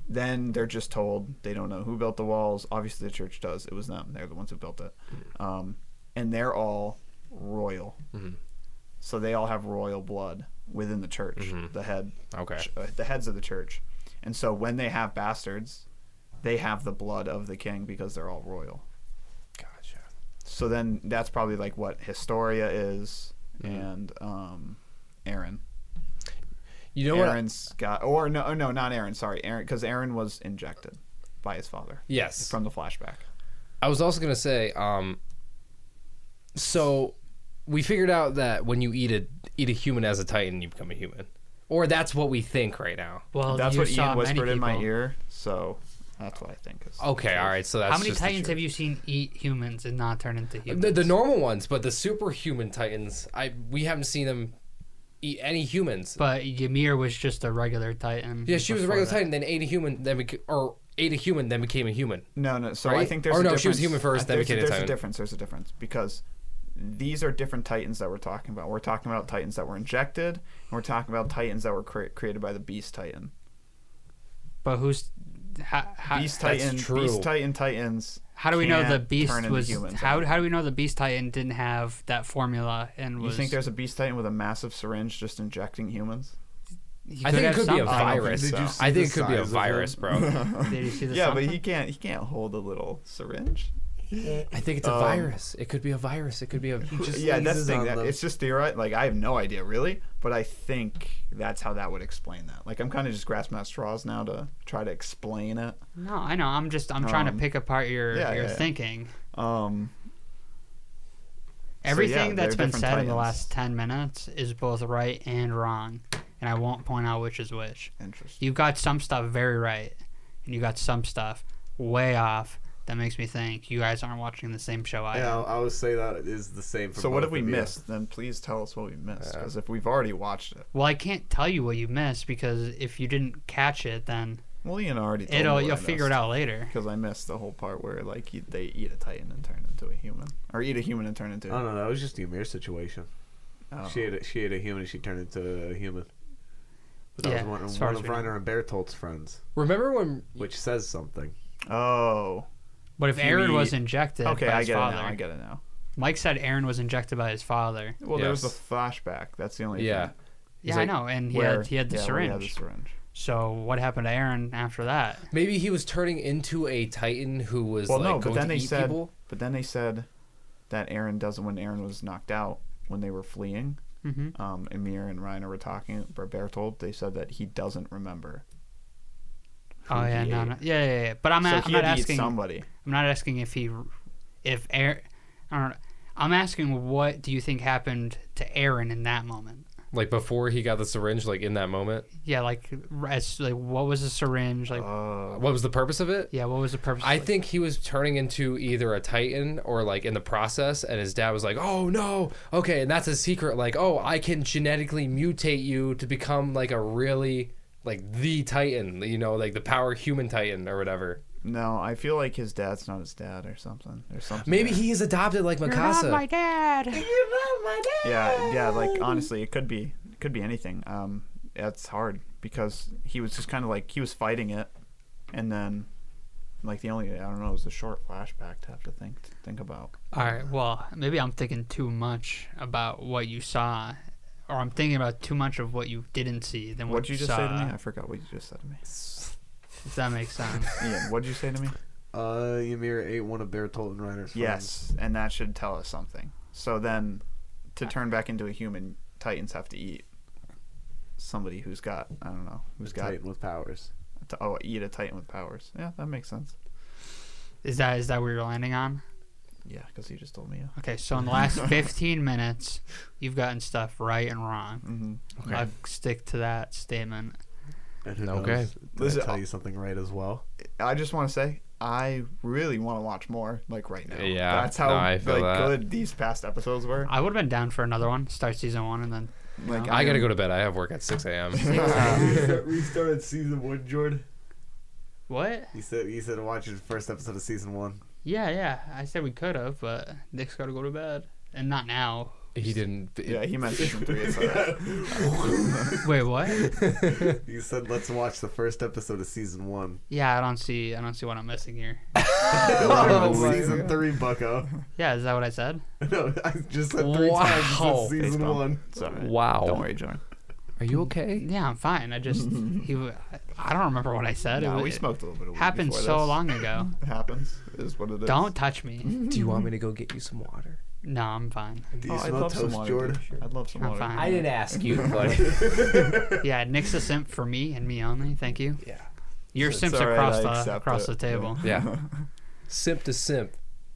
D: then they're just told they don't know who built the walls. Obviously, the church does. It was them. They're the ones who built it.
B: Mm.
D: Um, and they're all royal.
B: Mm-hmm.
D: So they all have royal blood within the church, the head,
B: Mm-hmm. Okay.
D: ch- uh, the heads of the church. And so when they have bastards, they have the blood of the king because they're all royal.
B: Gotcha.
D: So then that's probably like what Historia is
A: Mm-hmm.
D: and um, Aaron.
B: You know what?
D: Aaron's got, or no, oh, no, not Aaron. Sorry, Aaron, because Aaron was injected by his father
B: Yes.
D: from the flashback.
B: I was also gonna say, um, so we figured out that when you eat a eat a human as a titan, you become a human, or that's what we think right now.
A: Well,
D: That's
A: you
D: what
A: saw
D: Ian whispered
A: many
D: in my
A: people.
D: ear, so that's what I think. Is
B: Okay, all right. So that's
A: How many
B: just the
A: Titans
B: truth.
A: have you seen eat humans and not turn into humans?
B: The, the normal ones, but the superhuman titans, I we haven't seen them eat any humans.
A: but Ymir was just a regular Titan.
B: yeah, she was a
A: before
B: regular
A: that.
B: titan, then ate a human, then beca- or ate a human, then became a human.
D: No, no. So I
B: Right?
D: think there's.
B: Or
D: a
B: no,
D: difference.
B: she was human first,
D: I-
B: then
D: there's,
B: became a
D: there's
B: Titan.
D: a difference. There's a difference because these are different titans that we're talking about. We're talking about titans that were injected, and we're talking about titans that were cre- created by the Beast Titan.
A: But who's how, how,
D: Beast
B: that's
D: Titan.
B: true.
D: Beast Titan titans.
A: how do we know the
D: can't turn
A: beast
D: into
A: was
D: humans.
A: how how do we know the beast Titan didn't have that formula and
D: You
A: was
D: think there's a Beast Titan with a massive syringe just injecting humans?
A: he
B: I think it
A: have
B: could be a
A: something.
D: I don't
B: virus.
C: think- did you
B: though.
C: see
B: I
C: the
B: think it could be a
C: size of
B: virus,
C: it? [laughs]
B: bro.
A: Did you see the
D: [laughs] yeah,
A: something?
D: but he can't. He can't hold a little syringe.
B: I think
C: Um,
B: it's a virus. It could be a virus. It could be a.
C: just
D: yeah, that's the
C: sneezes
D: thing.
C: on
D: That,
C: them.
D: it's just theorized. Like I have no idea really, but I think that's how that would explain that. Like I'm kind of just grasping at straws now to try to explain it.
A: No, I know. I'm just I'm trying to
D: Um,
A: pick apart your
D: yeah,
A: your
D: yeah, yeah.
A: thinking.
D: Um,
A: Everything
D: they're
A: that's been said
D: different
A: in the
D: titans.
A: last ten minutes is both right and wrong, and I won't point out which is which.
D: interesting.
A: You got some stuff very right, and you got some stuff way off. That makes me think you guys aren't watching the same show I
C: Yeah,
A: am.
C: I would say that is the same. For
D: So what
C: both
D: have we
C: of you.
D: missed? Then please tell us what we missed, because if we've already watched it,
A: Well, I can't tell you what you missed because if you didn't catch it, then
D: well, Ian already. Told
A: it'll you'll figure it out later.
D: Because I missed the whole part where like you, they eat a titan and turn into a human, or eat a human and turn into.
B: Oh,
C: I don't know. That was just the Amir situation.
D: oh.
C: She ate a, she ate a human and she turned into a human. But that
A: Yeah,
C: was
A: as
C: one,
A: far
C: one
A: as we
C: of
A: know.
C: Reiner and Bertolt's friends,
B: Remember when?
C: which says something.
D: Oh.
A: But if
D: You
A: Aaron was
D: eat-
A: injected
D: Okay,
A: by
D: I
A: his
D: get it
A: father,
D: now. I get it now.
A: Mike said Aaron was injected by his father.
D: Well, there was the
B: Yes.
D: flashback. That's the only
B: Yeah.
D: thing.
A: Yeah,
B: like,
A: I know, and he
D: where-
A: had he had the
D: yeah, where he
A: syringe.
D: had the syringe.
A: So what happened to Aaron after that?
B: Maybe he was turning into a titan who was
D: Well,
B: like
D: no, but
B: going
D: then
B: to
D: they
B: eat
D: said,
B: people.
D: but then they said that Aaron doesn't. When Aaron was knocked out, when they were fleeing,
A: Mm-hmm.
D: um, Amir and Reiner were talking. Or Bertold, they said that he doesn't remember.
A: Oh yeah, no,
B: ate.
A: no, yeah, yeah, yeah. But I'm,
D: so
A: not.
D: he
A: I'm not
D: had to eat
A: asking.
D: somebody.
A: I'm not asking if he, if Aaron. I don't know. I'm asking what do you think happened to Aaron in that moment?
B: Like before he got the syringe, like in that moment,
A: Yeah, like as like what was the syringe like?
D: Uh,
B: what was the purpose of it?
A: yeah, what was the purpose?
B: I
A: like,
B: think he was turning into either a titan or like in the process, and his dad was like, "Oh no, okay," and that's his secret. Like, oh, I can genetically mutate you to become like a really like the titan, you know, like the power human titan or whatever.
D: no, I feel like his dad's not his dad or something. There's something.
B: Maybe
D: there.
B: he is adopted like
A: You're not my
B: Mikasa.
A: dad.
D: Yeah, yeah. Like honestly, it could be, it could be anything. Um, that's hard because he was just kind of like he was fighting it, and then, like the only I don't know, it was a short flashback to have to think to think about.
A: All right. Well, maybe I'm thinking too much about what you saw, or I'm thinking about too much of what you didn't see than what
D: What'd you just say to
A: saw,
D: me? I forgot what you just said to me.
A: If that makes sense.
D: Ian, what'd you say [laughs] to me?
C: Uh, Ymir ate one of Bear Tolton Ryder's. friends.
D: Yes, and that should tell us something. So then, to turn back into a human, Titans have to eat somebody who's got I don't know who's got
C: Titan with powers.
D: to, oh eat a Titan with powers. Yeah, that makes sense.
A: Is that is that where you're landing on?
D: Yeah, because you just told me. Yeah.
A: Okay, so in the
D: [laughs]
A: last 15 minutes, you've gotten stuff right and wrong.
D: Mm-hmm.
A: I'll stick to that statement.
C: And who
B: Okay.
C: knows? Did I
D: Listen, uh,
C: tell
D: I'll-
C: you something right as
D: [laughs]
C: well?
D: I just want to say I really want to watch more like right now.
B: Yeah,
D: that's how
B: no, I feel
D: like
B: that.
D: good these past episodes were.
A: I would have been down for another one, start season one, and then
D: Like
B: I gotta go to bed. I have work at
A: [laughs]
B: six a.m.
C: [laughs] we started season one, Jordan.
A: what?
C: You said you said watching the first episode of season
D: [laughs]
C: one.
A: Yeah, yeah. I said we could have, but Nick's got to go to bed, and not now.
B: [laughs] he didn't.
D: Yeah, he
B: [laughs]
D: meant season three. It's all right. [laughs]
A: Wait, what? [laughs]
C: You said let's watch the first episode of season one.
A: yeah, I don't see. I don't see what I'm missing here. Oh
B: my
C: We're on season three, Bucko. [laughs]
A: Yeah, is that what I said?
C: No, I just said three times
B: Wow.
C: since season
D: Facepalm.
C: one.
D: It's all right.
B: Wow.
D: Don't worry, John.
B: Are you okay?
A: Yeah, I'm fine. I
D: [laughs]
A: just he. w- I don't remember what I said.
D: No,
A: it,
D: we
A: it
D: smoked a little bit of weed
A: happened
D: before
A: so
D: this.
A: long
D: [laughs]
A: ago.
D: It happens is what it is.
A: don't touch me.
B: Do you want me to go get you some water?
A: No, I'm fine.
C: Do
B: Oh,
C: you smell toast, Jordan? [laughs]
D: I'd love some
A: I'm
D: water.
A: fine.
B: I didn't ask you, buddy.
A: [laughs] Yeah, Nick's a simp for me and me only. Thank you.
B: yeah.
A: Your
D: It's
A: simps
D: all right, I
A: across the
D: accept
A: across
D: it.
A: the table.
B: Yeah. simp to simp.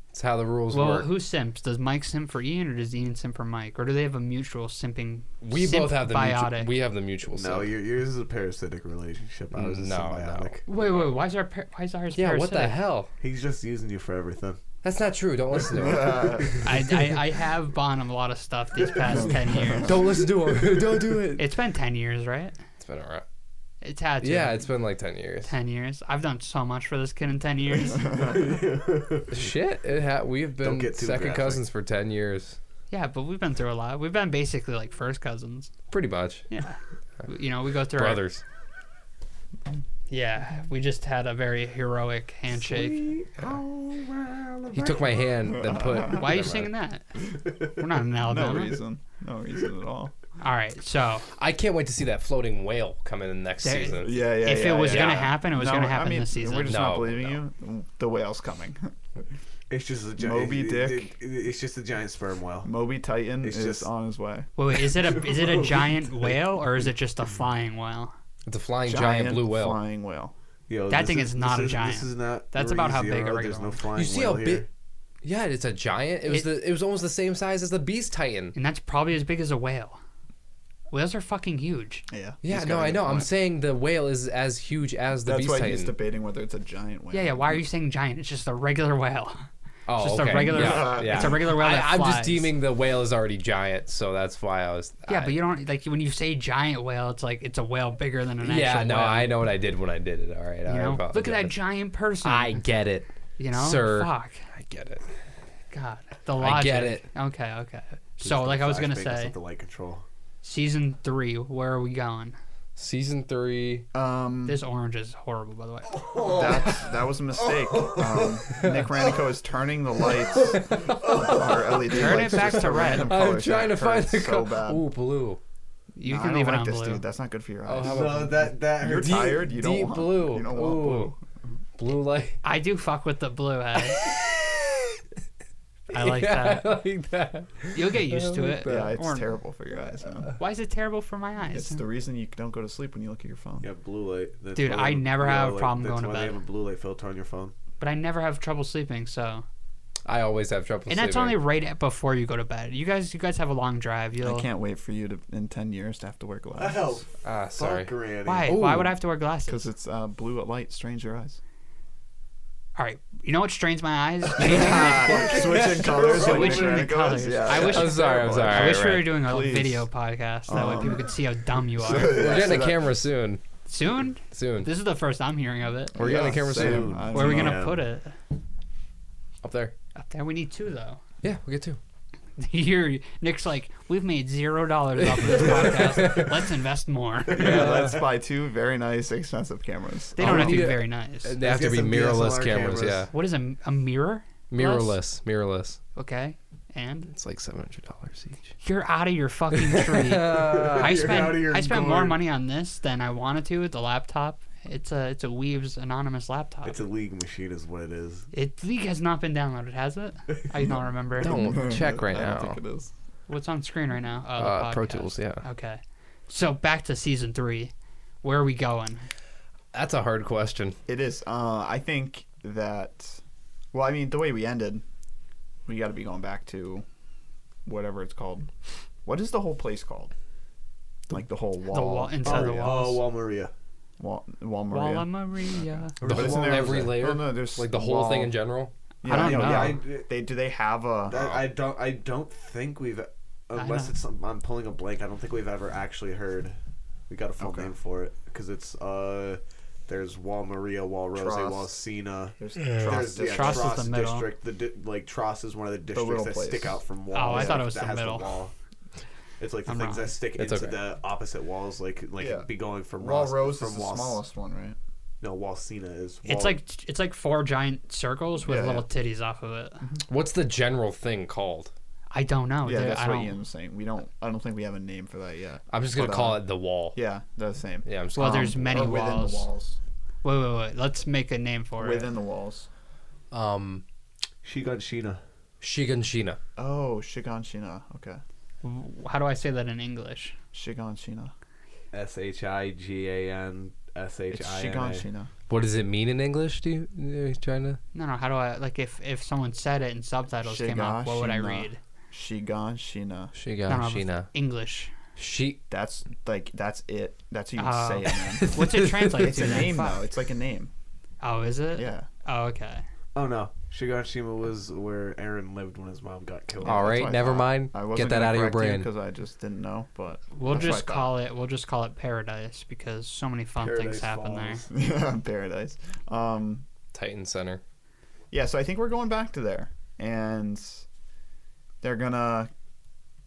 B: That's how the rules
A: Well,
B: work.
A: who simps? Does Mike simp for Ian, or does Ian simp for Mike, or do they have a mutual simping?
B: we both have the mutual,
A: symbiotic?
B: we have the mutual.
C: No,
B: simp.
C: your, yours is a parasitic relationship. I was a
B: No,
C: symbiotic.
A: wait, wait. Why is our par- why is ours?
B: yeah. What
A: parasitic?
B: the hell?
C: He's just using you for
A: [laughs]
C: everything.
B: That's not true. Don't listen to
C: [laughs]
B: him.
D: Uh,
A: I, I I have bought him a lot of stuff these past
B: [laughs]
A: ten years.
B: Don't listen to him. [laughs] Don't do it.
A: It's been ten years, right?
B: It's been alright.
A: It's had to.
B: Yeah, it's been like ten years.
A: ten years. I've done so much for this kid in ten years.
B: [laughs] Shit, it ha- we've been
C: Don't get too
B: second
C: graphic.
B: cousins for ten years,
A: yeah, but we've been through a lot. We've been basically like first cousins.
B: pretty much.
A: Yeah.
B: [laughs]
A: You know, we go through. our-
B: Brothers.
A: yeah, we just had a very heroic handshake.
B: He took my hand, then put.
A: Why are you singing that? We're
B: [laughs]
A: not in
D: no
A: Alabama.
D: reason. No reason at all.
A: All right, so
B: I can't wait to see that floating whale come in next
A: There-
B: season.
D: Yeah, yeah.
A: if
D: yeah,
A: it was
D: yeah.
A: gonna happen, it was
D: No,
A: gonna
D: I
A: happen
D: mean,
A: this season.
D: We're just
B: No,
D: not believing
B: no.
D: you. The whale's coming.
C: It's just a giant.
D: Moby Dick.
C: it's just a giant sperm whale.
D: Moby Titan
C: It's
D: is
C: just-
D: on his way.
A: Wait, wait, is it
B: [laughs]
A: a is it a giant whale or is it just a flying whale?
B: It's a flying giant, blue whale.
D: Flying whale.
C: Yo,
A: That
C: this
A: thing is not
C: this
A: a giant.
C: This is not.
A: That's
C: Marie
A: about how big a
C: Zero.
A: regular
C: There's no
A: one is.
C: flying
B: You see how
C: whale
B: big?
C: here.
B: Yeah, it's a giant. It was
A: It-
B: the. It was almost the same size as the beast titan.
A: And that's probably as big as a whale. Whales are fucking huge.
D: Yeah.
B: Yeah,
D: he's
B: no,
D: got a
B: I
D: good
B: know. I'm
D: point.
B: saying the whale is as huge as the
D: That's
B: beast
D: why
B: titan.
D: he's debating whether it's a giant whale.
A: Yeah, yeah. Why are you saying giant? It's just a regular
B: [laughs]
A: whale.
B: oh,
A: just a
B: okay.
A: regular-
B: Yeah, yeah.
A: It's a regular whale.
B: I,
A: that
B: I'm just
A: flies.
B: deeming the whale is already giant, so that's why I was.
A: Yeah,
B: I-
A: but you don't like when you say giant whale. It's like it's a whale bigger than an
B: yeah,
A: actual
B: no,
A: whale.
B: I know what I did when I did it. All right,
A: You
B: I
A: know,
B: apologize.
A: look at that giant person.
B: I get it.
A: you know,
B: sir.
A: fuck,
B: I get it.
A: God, the
B: I
A: logic.
B: get
A: Okay, okay.
C: Just
A: So,
C: the
A: like I was
C: flashbang
A: gonna
C: is
A: say,
C: with The light control.
A: season three. Where are we going?
B: Season three.
D: Um,
A: This orange is horrible, by the way.
D: that's, that was a mistake. Um, Nick Ranico is turning the lights. our LED
A: Turn
D: lights
A: it back
D: just
A: to red.
D: random
B: I'm
D: colors.
B: trying to
D: That
B: find
D: hurts
B: the
D: Oh,
B: co-
D: so bad.
B: Ooh, blue.
A: You
D: No,
A: can
D: I
A: leave
D: don't
A: it
D: like
A: on
D: this,
A: blue.
D: dude. That's not good for your
B: Oh,
D: eyes.
B: how about-
C: No, that that
D: You're
C: hurts.
D: tired. You don't
B: deep
D: want
B: blue.
D: You don't
B: Ooh.
D: want blue.
B: Blue light.
A: I do fuck with the blue head.
D: [laughs]
A: I like
B: Yeah,
A: that.
B: [laughs] I like that.
A: You'll get used to
B: like
A: it.
B: that.
D: Yeah, it's
A: Or-
D: terrible for your eyes, man.
A: Why is it terrible for my eyes?
D: It's the reason you don't go to sleep when you look at your phone.
C: Yeah, blue light. That's
A: Dude,
C: why
A: I
C: they have-
A: never
C: yeah,
A: have a
C: like,
A: problem
C: that's
A: going to
C: why
A: bed.
C: They have a blue light filter on your phone.
A: but I never have trouble sleeping, so
B: I always have trouble.
A: and that's
B: sleeping.
A: only right at- before you go to bed. You guys, you guys have a long drive. You'll,
D: I can't wait for you to in ten years to have to wear glasses.
C: Oh,
B: Ah,
C: sorry.
B: sorry.
C: fuck, Granny.
A: Why? Why
B: Ooh.
A: would I have to wear glasses?
D: Because it's uh, blue at light, strains
A: [laughs]
D: your eyes.
A: All right. You know what strains my eyes? Changing the, [laughs]
D: [laughs] Switching colors.
C: Switching
D: like
A: the
D: Dracula's,
A: Ah. colors.
D: yeah.
A: I wish-
B: I'm sorry, I'm sorry.
A: I
D: [laughs]
A: wish we
B: Alright.
A: were doing a
D: Please.
A: video podcast. That way
D: Um,
A: people could see how dumb you
D: so- [laughs]
A: are.
B: We're getting a
D: Yes.
B: camera soon.
A: Soon.
B: Soon.
A: This is the first I'm hearing of it.
B: We're getting a camera
D: same.
B: soon.
D: I
A: Where are we
D: don't
A: gonna
D: know.
A: put it?
B: Up there.
A: Up there. We need two though. [laughs]
B: Yeah, we'll get two.
A: Here, Nick's like, we've made zero dollars off of this
C: [laughs]
A: podcast. Let's invest more.
C: Oh,
D: Yeah, let's buy two very nice, expensive cameras. Um,
A: They don't
B: Oh,
A: have
B: [laughs]
A: to
B: yeah.
A: be very nice.
B: They have to
C: get
B: be
C: some
B: mirrorless
C: DSLR
B: cameras,
C: cameras.
B: yeah.
A: What is a, a mirror?
B: Mirrorless. Mirrorless.
A: Okay. And
B: It's like seven hundred dollars each.
A: you're out of your
C: [laughs]
A: fucking tree. I
C: You're out of
A: spent
C: your
A: I spent more
C: gourd.
A: money on this than I wanted to with the laptop. It's a it's a Weaves anonymous laptop.
C: It's a league machine, is what it is.
A: It league has not been downloaded, has it?
C: [laughs]
A: I don't remember.
B: Don't check right
D: I
B: now.
D: don't think it is.
A: What's on screen right now? Oh, the
B: Uh, Pro
A: podcast.
B: Tools, yeah.
A: Okay. So back to season three. Where are we going?
B: That's a hard question.
D: It is. Uh, I think that. Well, I mean, the way we ended, we got to be going back to whatever it's called. What is the whole place called? Like the whole wall.
A: The wall inside the
D: Maria.
A: walls.
C: Oh, Wall Maria.
D: Wall, wall Maria.
A: Walla Maria.
B: The
D: But isn't
B: whole
D: there-
B: every layer,
D: No, no, there's
B: like the whole thing
D: wall-
B: in general.
D: Yeah,
A: I don't
D: yeah,
A: know.
D: yeah,
C: I-
D: they do they have a
C: That, I don't. I don't think we've,
A: know.
C: unless it's. some- I'm pulling a blank. I don't think we've ever actually heard. We got a full
D: Okay.
C: name for it because it's. uh There's Wall Maria, Wall Rose,
D: Tross.
C: Wall Cena.
D: there's
C: There's
D: trust.
C: yeah,
A: Tross is the
C: Tross
A: middle. Oh,
C: district. The di- like Tross is one of the districts
D: little
C: that
D: place.
C: stick out from walls.
A: I thought it was
C: that
A: the
C: has
A: middle.
C: wall. It's like the
A: I'm
C: things
A: wrong.
C: that stick
B: It's
C: into
B: okay.
C: the opposite walls, like like
D: Yeah.
C: be going from
D: Wall
C: Ross-
D: Rose
C: from
D: is the
C: Wall-
D: smallest one, right?
C: No, Wall Cena is. Wall,
A: It's like it's like four giant circles with
D: Yeah,
A: little titties off of it.
B: What's the general thing called?
A: I don't know.
D: Yeah,
A: dude.
D: that's
A: Oh, I
D: what
A: don't.
D: Ian was saying. We don't. I don't think we have a name for that yet.
B: I'm just gonna
D: But,
B: call
D: uh,
B: it the wall. Yeah,
D: Yeah, the same.
B: I'm just.
A: Well, there's
D: Um,
A: many
D: or within
A: walls.
D: The walls.
A: Wait, wait, wait. Let's make a name for
D: Within the walls.
B: um,
C: she got Sheena.
B: Shiganshina.
D: Oh, Shiganshina. Okay,
A: it. How do I say that in English?
D: Shiganshina.
C: S H I G A N S H
D: It's
C: I N A.
D: Shiganshina.
B: What does it mean in English? Do you, are you trying to?
A: No, no. How do I like if if someone said it and subtitles came up? What would I
D: Shigashina.
A: read?
D: Shiganshina.
A: No, no,
B: Shiganshina.
D: [laughs]
A: English.
B: She.
D: That's like that's it. That's how you
A: Oh.
D: say it.
A: [laughs]
D: Man.
A: What's it translate
D: it's
A: to?
D: a
A: then?
D: name
A: Fuck.
D: though. It's like a name.
A: Oh, is it?
D: Yeah.
A: Oh, okay.
C: Oh no, Shigashima was where Aaron lived when his mom got killed.
B: All right, never mind. Get that out of your brain.
D: because I just didn't know. But
A: We'll
D: that's what I
A: just call it. We'll just call it paradise because so many fun things
C: Paradise
A: happen
C: Falls.
A: there.
D: [laughs] thought. Yeah, paradise. Um,
B: Titan Center.
D: yeah, so I think we're going back to there, and they're gonna.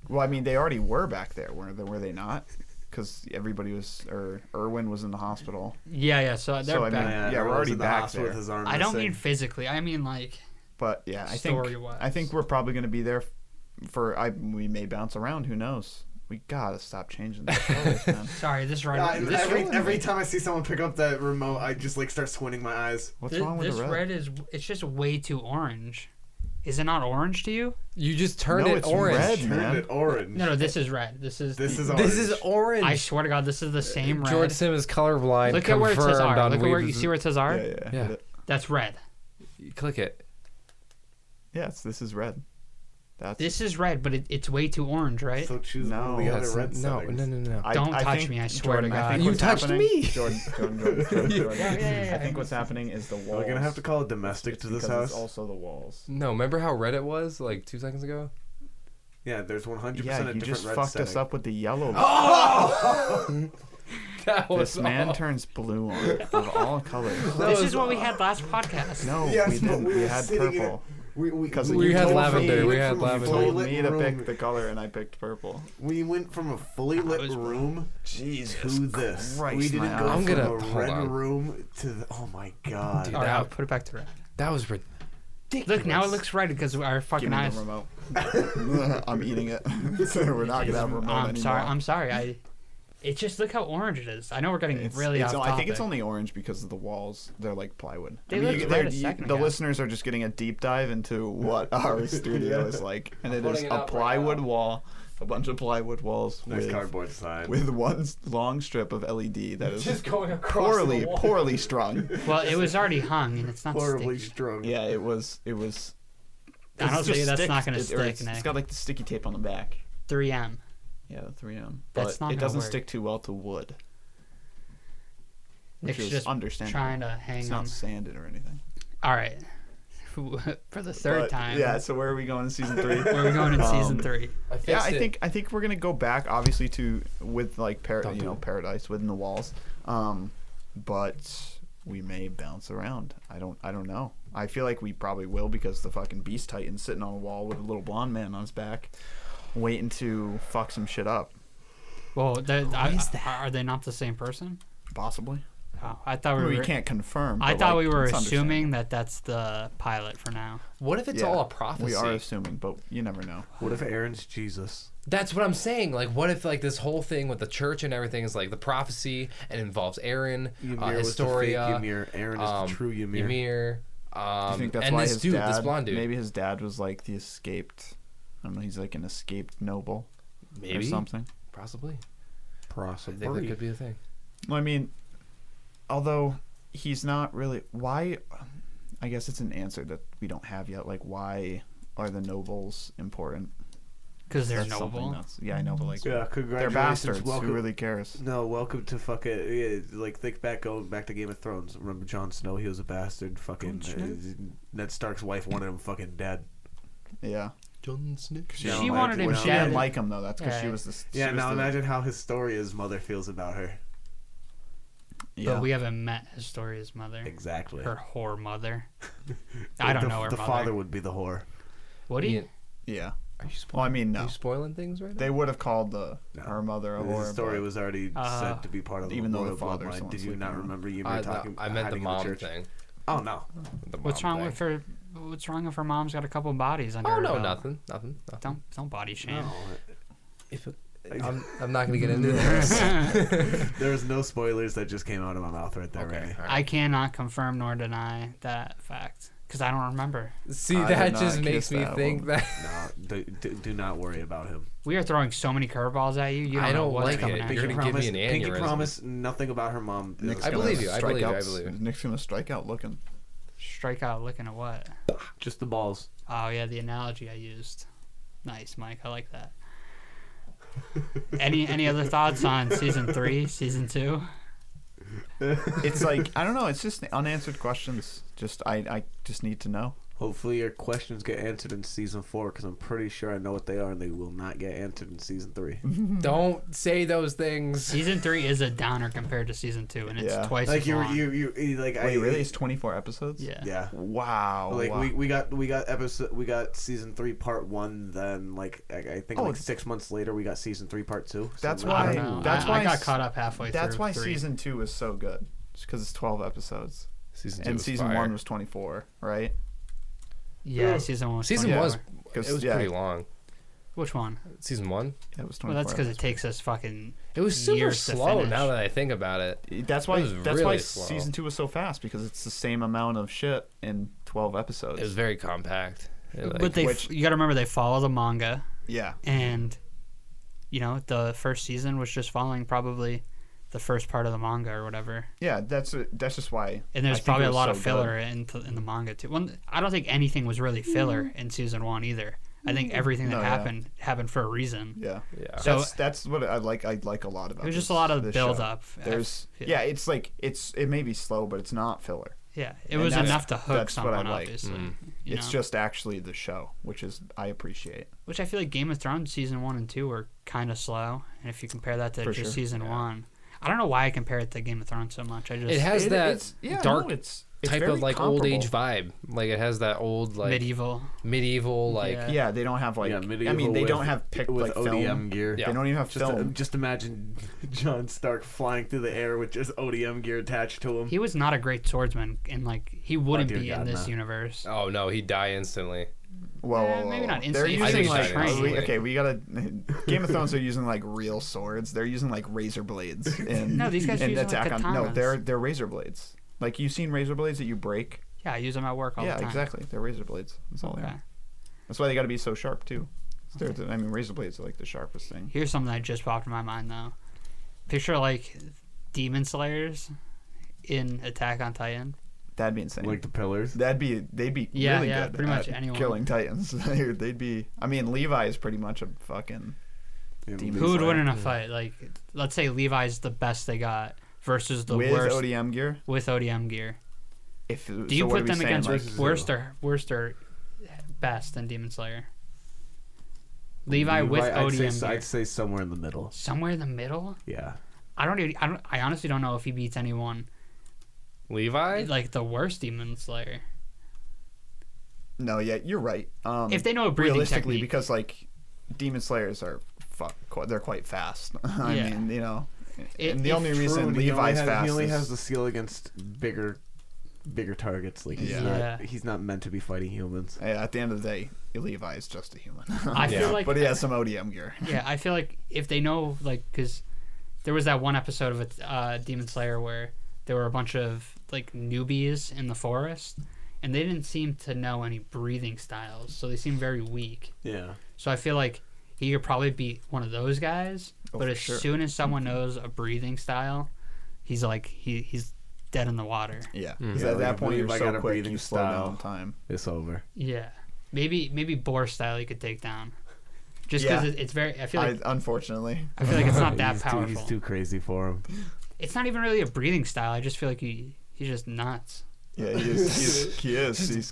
D: Well, I mean, they already were back there, were they? Were they not? Because everybody was, or Irwin was in the hospital.
A: Yeah, yeah. So they're
D: So, I mean,
A: back.
D: Yeah, we're
C: Aaron was
D: already
C: in the
D: back
C: hospital
D: there.
C: With his arm
A: I don't
C: missing.
A: mean physically. I mean like
D: But yeah, I think
A: Story-wise.
D: I think we're probably gonna be there for. I we may bounce around. Who knows? We gotta stop changing this.
B: [laughs]
D: playlist, man.
A: sorry. This right.
C: Uh,
A: this
C: every
A: red-
C: every time I see someone pick up that remote, I just like start squinting my eyes.
D: What's
A: thi-
D: wrong with
A: this
D: the red?
A: red is it's just way too orange. Is it not orange to you?
B: You just turned
D: No,
B: it
D: it's
B: orange.
D: red.
C: Turned
D: Man.
C: it orange.
A: No, no. This is red. This is.
C: This is orange.
B: This is orange.
A: I swear to God, this
D: Uh,
A: is the same red.
B: George Sim is colorblind.
A: Look at where it says
B: confirmed
A: R.
B: on
A: Look at where you
B: Weaves-
A: see where it says R.
D: Yeah, yeah,
B: Yeah.
D: yeah.
A: That's red.
B: Click it.
D: Yes, this is red. That's
A: This is red, but it, it's way too orange, right?
C: So choose one
D: No.
C: of the other
B: That's-
C: red
B: no,
C: settings.
B: no, no, no.
D: I-
A: Don't
D: I
A: touch
D: think-
A: me, I swear to
D: Jordan, I
A: God.
D: think
B: You
D: what's
B: touched
D: happening-
B: me.
D: Jordan,
A: [laughs]
D: Jordan, Jordan, Jordan, Jordan.
A: Yeah, yeah, yeah,
D: I think
A: I
D: what's happening is the walls.
C: We're gonna have to call a domestic
D: It's
C: to this
D: because
C: house.
D: It's also the walls.
B: No, remember how red it was like two seconds ago? [laughs]
C: Yeah, there's 100
D: Yeah,
C: percent a
D: you
C: different
D: just
C: red
D: fucked
C: setting.
D: us up with
C: [laughs]
D: the yellow.
C: Oh,
B: That
D: this man
B: all.
D: turns blue on it
C: [laughs]
D: of all colors.
A: this is what we had last podcast.
D: No,
C: Yes,
D: we
C: but
D: didn't.
C: we
D: We,
C: were
D: had
C: sitting in
D: purple.
C: We, we,
D: 'Cause
B: We
D: you
B: had
D: told
B: lavender.
D: me-
B: We
C: you
B: had
C: told
D: You
B: lavender.
D: told
C: Toilet
D: me to
C: room.
D: pick the color, and I picked purple.
C: We went from a fully
A: That
C: lit
A: was-
C: room
D: Jesus
C: to this.
D: Christ,
C: we didn't
D: man.
C: go
B: I'm
C: from
B: gonna-
C: a
B: hold
C: red
B: on.
C: room to the, oh my god.
B: Dude,
A: All right,
B: That-
A: I'll put it back to red.
B: That was red.
A: Look, now it looks red because our
D: Give
A: fucking
D: me
A: eyes.
D: the remote.
C: [laughs]
D: I'm eating it. [laughs] We're not gonna have remote
A: I'm
D: anymore.
A: sorry. I'm sorry. I. It just look how orange it is. I know we're getting
D: It's,
A: really
D: it's
A: off
D: o-
A: topic.
D: I think it's only orange because of the walls. They're like plywood.
A: They
D: I
A: looked
D: you-
A: red
D: they're-
A: a
D: you-
A: second
D: the
A: ago.
D: listeners are just getting a deep dive into
C: [laughs]
D: what our studio is like, and it is
B: putting it
D: a
B: up right
D: plywood
B: now.
D: wall, a bunch of plywood walls
C: Nice
D: with,
C: cardboard sign.
D: [laughs] with one s- long strip of LED that is
B: going across
D: poorly, poorly strung. [laughs]
A: Well, it was already hung and it's not
C: [laughs] horribly
A: sticky.
C: strung.
D: Yeah, it was. It was It's
A: Honestly,
D: just
A: that's not
D: sticks-
A: gonna
D: it- or it's-
A: stick, Nick.
D: it's got like the sticky tape on the back.
A: 3M.
D: Yeah, the 3M. But
A: That's not
D: it
A: gonna
D: doesn't
A: work.
D: stick too well to wood. Which
A: Nick's
D: is
A: just
D: understandable.
A: trying to hang
D: It's
A: on.
D: not sanded or anything.
A: All right, [laughs] for the third
D: But,
A: time.
D: Yeah. So where are we going in [laughs] season three?
A: Where are we going in season
D: Um,
A: three?
B: I fixed
D: Yeah, I
B: it.
D: think I think we're gonna go back obviously to with like par-
B: Don't
D: you
B: do
D: know
B: it.
D: paradise within the walls, um, but we may bounce around. I don't I don't know. I feel like we probably will because the fucking beast titan's sitting on a wall with a little blonde man on his back, waiting to fuck some shit up.
A: Well, they- I-
D: is
A: I-
D: that?
A: are they not the same person?
D: Possibly.
A: Oh, I thought we
D: I mean,
A: were.
D: we can't confirm.
A: I
D: but,
A: thought
D: like,
A: we were
D: it's
A: assuming
D: understandable.
A: that that's the pilot for now.
B: What if it's
D: Yeah,
B: all a prophecy?
D: We are assuming, but you never know.
C: What if Aaron's Jesus?
B: That's what I'm saying. Like, what if like this whole thing with the church and everything is like the prophecy and involves Aaron,
C: Ymir
B: uh,
C: was the fake
B: Historia, um,
C: Ymir. Aaron is the true Ymir.
B: Ymir,
D: Do
B: um,
D: you think that's
B: and
D: why
B: this
D: his
B: dude,
D: dad?
B: this blonde dude,
D: Maybe his dad was like the escaped. I don't know. He's like an escaped noble or something.
B: possibly. I
C: Possibly.
B: think that could be a thing.
D: Well, I mean, although he's not really why. I guess it's an answer that we don't have yet. Like, why are the nobles important?
A: Because they're
D: That's something
A: noble.
D: that's- yeah, I know, but like,
C: Yeah,
D: they're
C: congratulations.
D: bastards.
C: Welcome.
D: Who really cares?
C: No, welcome to fucking yeah, like think back going back to Game of Thrones. Remember Jon Snow? He was a bastard. Fucking uh, Ned Stark's wife wanted him fucking dead.
D: Yeah,
B: John Snow.
A: She
C: No,
A: wanted
C: like,
A: him
D: Well,
C: no.
D: she
A: dead.
D: didn't like him though. That's because she
A: Yeah.
D: was the. she
C: Yeah,
D: was
C: now
D: the-
C: imagine how Historia's mother feels about her.
D: Yeah.
A: But we haven't met Historia's mother.
C: Exactly.
A: Her whore mother.
D: [laughs]
A: I don't
C: the,
A: know her
C: The
A: mother.
C: father would be the whore.
A: Would he?
B: Ian,
D: yeah.
B: Are you spoiling?
D: Well, I mean,
B: Are
D: no,
B: you spoiling things right now?
D: they would have called the
C: No.
D: her mother a whore.
C: His story
D: but-
C: was already
A: Uh,
C: said to be part of the
D: even though the
C: royal
D: father's
C: bloodline.
D: the one
C: Did you
D: sleeping
C: not
D: around.
C: remember you were
B: I,
C: talking?
B: I meant the
C: hiding in
B: mom
C: church?
B: thing.
C: Oh no,
B: The
A: What's
B: mom
A: wrong with
B: thing.
A: her? What's wrong if her mom's got a couple bodies under
B: Oh
A: her
B: no,
A: belt?
B: nothing, nothing. nothing.
A: Don't don't body shame.
B: If it- I'm, I'm not gonna [laughs] get into this.
C: There's no spoilers that just came out of my mouth right there. Randy.
B: all right.
A: I cannot confirm nor deny that fact because I don't remember.
B: See,
D: I did
B: that
D: not
B: just
D: kiss
B: makes me
D: that
B: think
D: woman.
B: that
C: No, do, do, do not worry about him.
A: We are throwing so many curveballs at you. You don't
B: I
A: know
B: don't
A: what's
B: like
A: coming
B: it.
A: at
B: You're
A: you.
B: gonna give me an
C: Pinky
B: aneurysm.
C: promised nothing about her mom.
D: Nick's
B: I
D: gonna
B: believe you, I believe you, I
D: strikeouts-
B: believe you.
D: Nick's gonna strike out looking.
A: [laughs] Strike out looking at what?
C: Just the balls.
A: Oh yeah, the analogy I used. Nice, Mike. I like that. any any other thoughts on season three, season two?
D: it's like I don't know. It's just unanswered questions. Just I, I just need to know.
C: Hopefully your questions get answered in season four because I'm pretty sure I know what they are and they will not get answered in season three.
D: [laughs]
B: don't say those things.
A: Season three is a downer compared to season two, and it's
D: Yeah.
A: twice
C: like
A: as
C: you,
A: long.
C: you, you, you, like I
D: Wait, really? It's 24 episodes?
A: yeah. Oh,
C: yeah.
D: Wow.
C: Like
D: wow.
C: we, we got we got episode we got season three part one. Then like I, I think
D: Oh,
C: like
D: it's-
C: six months later we got season three part two.
D: That's
C: something
A: I
C: like
A: don't
D: why-
A: know.
D: that's
A: I,
D: why
A: I got
D: s-
A: caught up halfway
D: That's
A: through
D: why
A: three.
D: season two was so good. It's because it's 12 episodes,
B: Season
D: and season one was 24, right?
A: Yeah, season one. Was
B: season
A: 24.
B: one was
D: Because
B: it was
D: yeah,
B: pretty long.
A: Which one?
B: Season one.
D: It was 24.
A: Well, that's because it takes us fucking.
B: It was super
A: Years to
B: slow.
A: finish.
B: Now that I think about it,
D: episodes. That's why.
B: it was
D: that's why
B: really slow.
D: season two was so fast because it's the same amount of shit in 12 episodes.
B: it was very compact. It, like-
A: but they,
D: which- Mm-hmm.
A: you got to remember, they follow the manga,
D: yeah.
A: and you know the first season was just following probably the first part of the manga or whatever.
D: Yeah. That's that's just why.
A: And
D: I
A: there's
D: think
A: probably
D: it
A: a
D: was
A: lot
D: so
A: of filler in, th- in the manga too. One, I don't think anything was really filler in season one either. I think everything that
D: No, yeah.
A: happened happened for a reason.
D: Good. Yeah.
B: yeah.
A: So-
D: that's that's what I like. I like a lot about.
A: It was
D: this-
A: just a lot of
D: this
A: build
D: show.
A: up.
D: There's
A: Yeah.
D: yeah. it's like it's it may be slow, but it's not filler.
A: Yeah, it
D: And
A: was
D: that's-
A: enough to hook
D: that's what I
A: someone,
D: like.
A: obviously.
B: Mm.
A: You
D: It's
A: know?
D: just actually the show, which is I appreciate.
A: Which I feel like Game of Thrones season one and two were kind of slow, and if you compare that to
D: For
A: just
D: sure.
A: season
B: Yeah.
A: one, I don't know why I compare it to Game of Thrones so much. I just
B: It has
D: It-
B: that
D: it's- yeah, no,
B: dark
D: it's- it's
B: type
D: very
B: of like old age
D: comparable.
B: vibe. Like it has that old like
A: medieval.
B: medieval like
A: Yeah.
D: Yeah, they don't have like.
C: Yeah,
D: I
C: medieval
D: mean, they
C: with-
D: don't have pick
C: with
D: like
C: ODM
D: film.
C: gear.
B: Yeah.
D: They don't even have
C: Just, uh,
D: film.
C: just imagine [laughs] John Stark flying through the air with just ODM gear attached to him.
A: He was not a great swordsman, and like he wouldn't
C: dear
A: be in
C: God,
A: this
C: no.
A: universe.
B: Oh no, he'd die instantly.
D: Whoa,
A: Eh,
D: whoa, whoa,
A: maybe not
D: whoa. They're
A: instantly. I
D: using
B: think
D: like
B: it's like
D: we-
B: trained.
D: okay, we gotta. Game of Thrones are using like real swords. They're using like
C: [laughs]
D: razor blades. And,
A: No, these guys are
D: and
A: using, like,
D: attack on. No,
A: katanas.
D: they're they're razor blades. Like you've seen razor blades that you break.
A: Yeah, I use him at work all
D: yeah,
A: the time.
D: exactly. They're razor blades. That's all they
A: Okay.
D: are. That's why they got to be so sharp too. They're, I mean, razor blades are like the sharpest thing.
A: Here's something that just popped in my mind though. Picture like demon slayers in Attack on Titan.
D: That'd be insane.
C: like the pillars.
D: That'd be they'd be
A: Yeah,
D: really
A: yeah,
D: good
A: pretty much
D: at
A: anyone.
D: killing Titans. [laughs] They're- they'd be. I mean, Levi is pretty much a fucking.
C: you know,
D: Demon.
A: Who would win
D: Slayer.
A: in a fight? Like, let's say Levi's the best they got versus the
D: with
A: worst
D: ODM gear,
A: with ODM gear.
D: if
A: Do you put them against
D: like,
C: Versus
A: worst
C: who?
A: or worst or best in Demon Slayer? Levi, with
C: I'd
A: ODM
C: say,
A: gear.
C: I'd say somewhere in the middle.
A: somewhere in the middle.
C: Yeah.
A: I don't. Even, I don't. I honestly don't know if he beats anyone
B: Levi?
A: like the worst Demon Slayer.
D: No, yeah, you're right. Um,
A: If they know a breathing
D: realistically,
A: technique.
D: because like Demon Slayers are fuck, qu- they're quite fast. [laughs] I
A: Yeah.
D: mean, you know,
A: It-
D: and the
A: if-
D: only
C: True,
D: reason
C: but he only
D: Levi's
C: has-
D: fast
C: He only
D: is
C: has the seal against bigger, bigger targets. Like he's
D: Yeah.
A: Yeah.
C: not he's not meant to be fighting humans.
D: [laughs] yeah, at the end of the day, Levi is just a human. [laughs]
A: I feel
B: Yeah.
A: like
D: but he has some ODM gear.
A: yeah, I feel like if they know, like, because there was that one episode of uh, Demon Slayer where there were a bunch of like newbies in the forest, and they didn't seem to know any breathing styles, so they seemed very weak.
C: Yeah.
A: So I feel like he could probably beat one of those guys,
D: Oh,
A: but
D: for
A: as
D: sure. Mm-hmm.
A: soon as someone knows a breathing style, he's like he he's dead in the water.
D: Yeah, 'cause
C: Mm. Yeah,
D: at
C: like,
D: that
C: if
D: point you're
C: Levi got
D: so
C: a
D: quick,
C: breathing
D: you slow
C: style.
D: down time.
C: It's over.
A: Yeah, maybe maybe boar style he could take down, just because
D: Yeah.
A: it, it's very. I feel like
D: I, unfortunately,
A: I, feel like it's
C: [laughs]
A: not that
C: he's
A: powerful.
C: Too, he's too crazy for him.
A: it's not even really a breathing style. I just feel like he he's just nuts.
D: yeah, he is. He's, he is. He's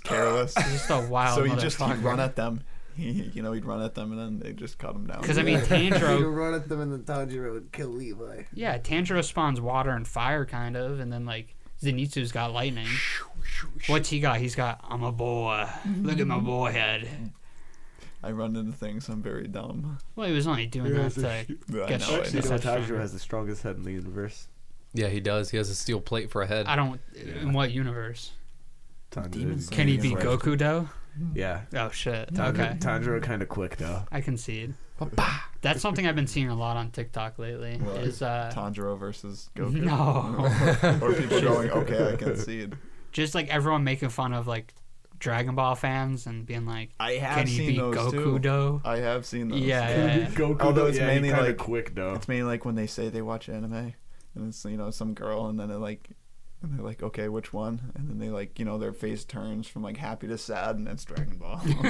A: [laughs]
D: careless.
A: He's just a wild.
D: so he just he'd
A: [laughs]
D: run at them. He, you know, he'd run at them, and then they just cut him down.
A: Because I mean,
C: [laughs]
D: [laughs]
A: Tanjiro.
C: run at them in the Tanjiro and kill Levi.
A: yeah, Tanjiro spawns water and fire, kind of, and then like Zenitsu's got lightning. What's he got? He's got I'm a boy. Look at my boy head.
D: I run into things. I'm very dumb.
A: Well, he was only doing
C: Yeah,
A: that to
D: I
A: get
D: know,
A: shit.
C: Oh,
D: I
C: Actually,
A: That's
C: no,
D: know.
C: Tanjiro
A: stronger.
C: has the strongest head in the universe.
B: Yeah, he does. He has a steel plate for a head.
A: I don't. In what universe
C: Tanjiro,
D: Demon
A: can he beat
D: Right.
A: Goku though?
C: Yeah.
A: Oh shit.
C: Tanjiro,
A: Okay,
C: Tanjiro kind of quick though.
A: I concede. That's something I've been seeing a lot on TikTok lately.
D: Right.
A: Is uh,
D: [laughs] Tanjiro versus Goku.
A: no. [laughs]
D: or people going, okay, I concede.
A: just like everyone making fun of like Dragon Ball fans and being like,
D: I
A: "Can he beat Goku though?"
D: I have seen those.
A: Yeah,
C: Can he
A: yeah.
C: beat Goku,
D: Although
C: though?
D: it's
C: Yeah, he
D: mainly,
C: kinda
D: like-
C: quick though.
D: It's mainly like when they say they watch anime, and it's you know some girl, and then they're like, and they're like, okay, which one? And then they like, you know, their face turns from like happy to sad, and it's Dragon Ball. [laughs]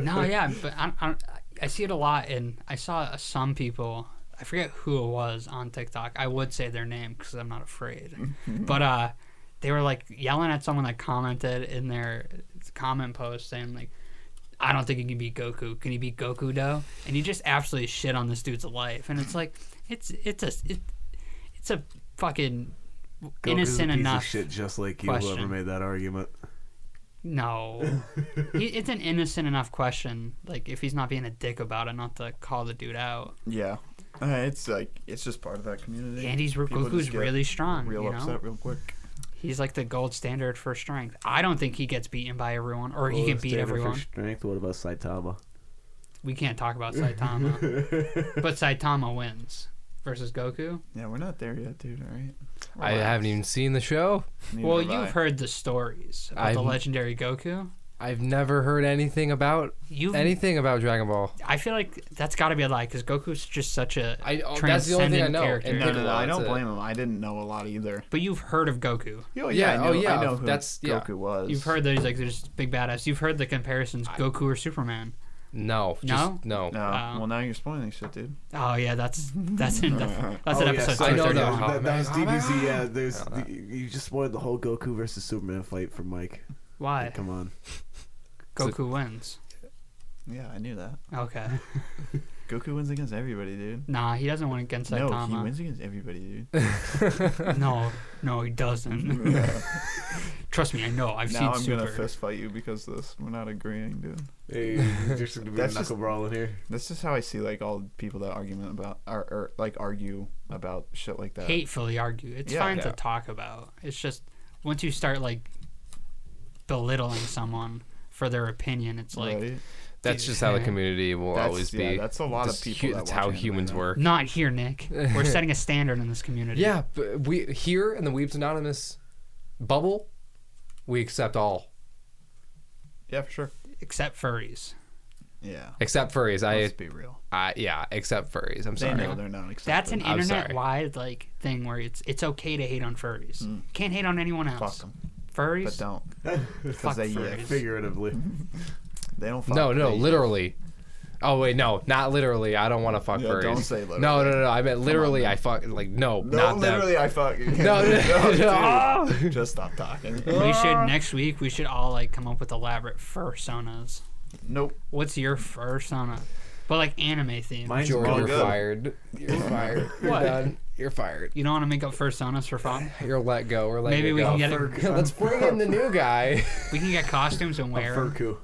A: no, yeah, but I, I, I see it a lot, and I saw some people. I forget who it was on TikTok. I would say their name because I'm not afraid. but uh, they were like yelling at someone that commented in their comment post saying like, "I don't think he can beat Goku. Can he beat Goku though?" And he just absolutely shit on this dude's life, and it's like, it's it's a it, it's a fucking
C: Goku's
A: innocent
C: a piece
A: enough
C: Of shit, just like you, whoever
A: question.
C: made that argument.
D: [laughs]
A: No, he, it's an innocent enough question. Like if he's not being a dick about it, not to call the dude out.
D: yeah, uh, it's like it's just part of that community.
A: And he's
D: People just
A: Goku's
D: get
A: really strong.
D: real
A: you know,
D: upset real quick.
A: he's like the gold standard for strength. I don't think he gets beaten by everyone, or he
C: Well,
A: can
C: it's
A: beat
C: standard for
A: everyone.
C: Strength. What about Saitama? [laughs]
A: we can't talk about
D: [laughs]
A: Saitama, but Saitama wins versus Goku.
D: Yeah, we're not there yet, dude. All right.
B: I haven't even seen the show.
D: Neither
A: Well,
D: have I.
A: you've heard the stories about the
B: I've-
A: legendary Goku.
B: I've never heard anything about
A: You,
B: anything about Dragon Ball.
A: I feel like that's got to be a lie because Goku's just such a
B: I- oh, that's the only
A: transcendent
B: thing I know,
A: character.
B: and
D: No, no, no. I don't
B: That's it.
D: blame him. I didn't know a lot either.
A: but you've heard of Goku.
D: Oh
B: Yeah,
D: I know,
B: oh, yeah,
D: I know who
B: that's- yeah.
D: Goku was.
A: You've heard those like there's big badass. You've heard the comparisons Goku or Superman.
B: No, just no.
D: No,
A: Um,
D: well now you're spoiling shit, dude.
A: Oh yeah, that's
D: [laughs]
A: that's in that's, that's
C: Oh,
A: an
C: yeah,
A: episode.
C: so-
B: I know that.
A: 231.
B: How-
C: That, that was
B: Oh, man.
C: DBZ. Yeah, there's the, you just spoiled the whole Goku versus Superman fight for Mike.
A: Why
C: Come on.
A: Goku wins?
D: Yeah, I knew that. [laughs]
A: Okay,
D: Goku wins against everybody, dude.
A: nah, he doesn't win against
D: No, he
A: Saitama.
D: wins against everybody,
B: [laughs]
D: dude.
A: No, [laughs]
D: [laughs]
A: no, he doesn't. Trust me, I know. I've
D: now I'm
A: seen
D: gonna
A: Super.
D: fist fight you because of this. We're not agreeing, dude.
C: [laughs] Hey, there's gonna be a
D: That's
C: knuckle
D: just-
C: brawl in here.
D: This is how I see like all people that argument about or, or like argue about shit like that.
A: Hatefully argue. It's
D: Yeah,
A: fine to
D: yeah.
A: talk about. It's just once you start like belittling someone for their opinion, it's like
D: right?
B: That's just how the community will
D: That's-
B: always be.
D: yeah, that's a lot of
B: That's
D: people
B: hu-
D: that
B: that's
D: watch
B: how
D: anime
B: humans
D: now.
B: work.
A: not here, Nick.
D: [laughs]
A: We're setting a standard in this community.
B: Yeah, but we here in the Weebs Anonymous bubble, we accept all.
D: Yeah, for sure.
A: except furries.
D: Yeah.
B: Except furries. I,
D: Let's be real.
B: I yeah. Except furries. I'm
D: They
B: sorry.
D: know they're not accepted.
A: That's an
B: I'm sorry.
A: internet-wide like thing where it's it's okay to hate on furries. Can't hate on anyone
D: Mm. fuck
A: else.
D: 'em. but
A: Furries.
D: [laughs] don't.
A: Fuck
D: Because they yeah,
A: furries.
C: [laughs] Figuratively.
D: they don't. Fuck.
B: No, no,
D: They-
B: literally. Oh wait, no, not literally. I don't want to fuck
D: Yeah,
B: furries.
D: don't say literally.
B: No, no, no. I meant literally. I fuck like no,
D: No,
B: not them.
D: literally, I fuck. [laughs]
B: No, no,
D: no,
B: no.
D: dude. Just stop
B: [laughs]
D: talking.
A: we should next week. We should all like come up with elaborate fursonas.
D: Nope.
A: What's your fursona? But like anime theme.
C: Mine's
B: Jordan,
C: all
B: you're
C: good.
B: fired. You're fired. You're
A: What?
B: done. You're fired.
A: you don't want to make up fursonas for fun.
B: You're let go. We're letting
A: Maybe
B: you
A: we
B: go.
A: can get
B: [laughs]
A: it.
C: Furku.
B: Yeah, let's bring in the new guy.
A: We can get costumes and wear 'em.
C: [laughs] Furku.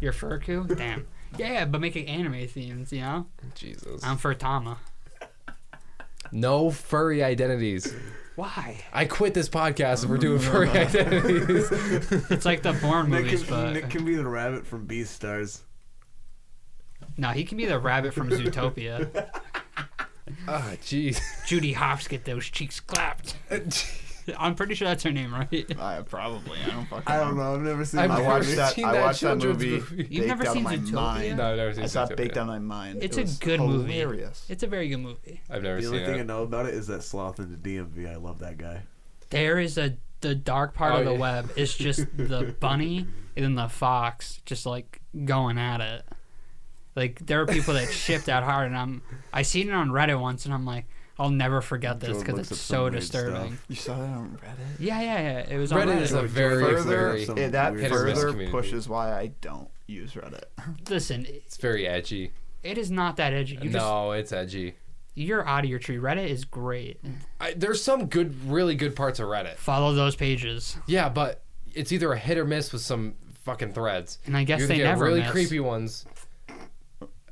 A: your furku. Damn. Yeah, but make it anime themes. You know,
B: Jesus.
A: I'm Furtama.
B: No furry identities.
A: Why?
B: I quit this podcast if we're doing furry identities.
A: It's like the Bourne
C: Nick
A: movies,
C: can,
A: but
C: Nick can be the rabbit from Beastars.
A: no, he can be the rabbit from Zootopia.
C: [laughs]
B: Ah, [laughs] jeez.
A: Judy Hopps get those cheeks clapped. I'm pretty sure that's her name, right? You've
D: I probably. I don't fucking.
C: I don't know. I've never seen.
B: I've
C: that
D: I
B: never
D: watched
C: movie.
D: that.
B: seen
D: I
B: that
D: watched that,
B: children's
D: movie.
B: movie.
D: baked
A: never
D: out of
A: seen
D: my
A: Zootopia?
B: [laughs]
D: mind.
B: No, I've never seen
D: I saw
B: Zootopia.
D: it baked out of my mind.
A: It's
D: It
A: a
D: was
A: good movie.
D: hilarious.
A: It's a very good movie.
B: I've never
C: The
B: seen
C: only thing I
B: it.
C: know about it is that sloth in the DMV. I love that guy.
A: There is a the dark part
B: Oh,
A: of the
B: yeah.
A: web is
B: [laughs]
A: just the bunny and then the fox just like going at it. Like there are people that shipped out hard, and I'm I seen it on Reddit once, and I'm like, I'll never forget this
C: Jordan
A: because
C: looks
A: it's
C: up some
A: so
C: weird
A: disturbing.
D: You saw that on Reddit.
A: Yeah, yeah, yeah. It was on
B: Reddit
A: Reddit.
B: is a
C: George
B: very
D: Further,
B: furry.
C: Some
D: it, that
C: weird
B: business
D: further
B: community.
D: pushes why I don't use Reddit.
A: Listen,
B: It's very edgy.
A: it is not that edgy. You just
B: no, it's edgy.
A: you're out of your tree. Reddit is great.
B: I, there's some good, really good parts of Reddit.
A: Follow those pages.
B: Yeah, but it's either a hit or miss with some fucking threads.
A: And I guess
B: you
A: they
B: get
A: never
B: really
A: miss.
B: creepy ones.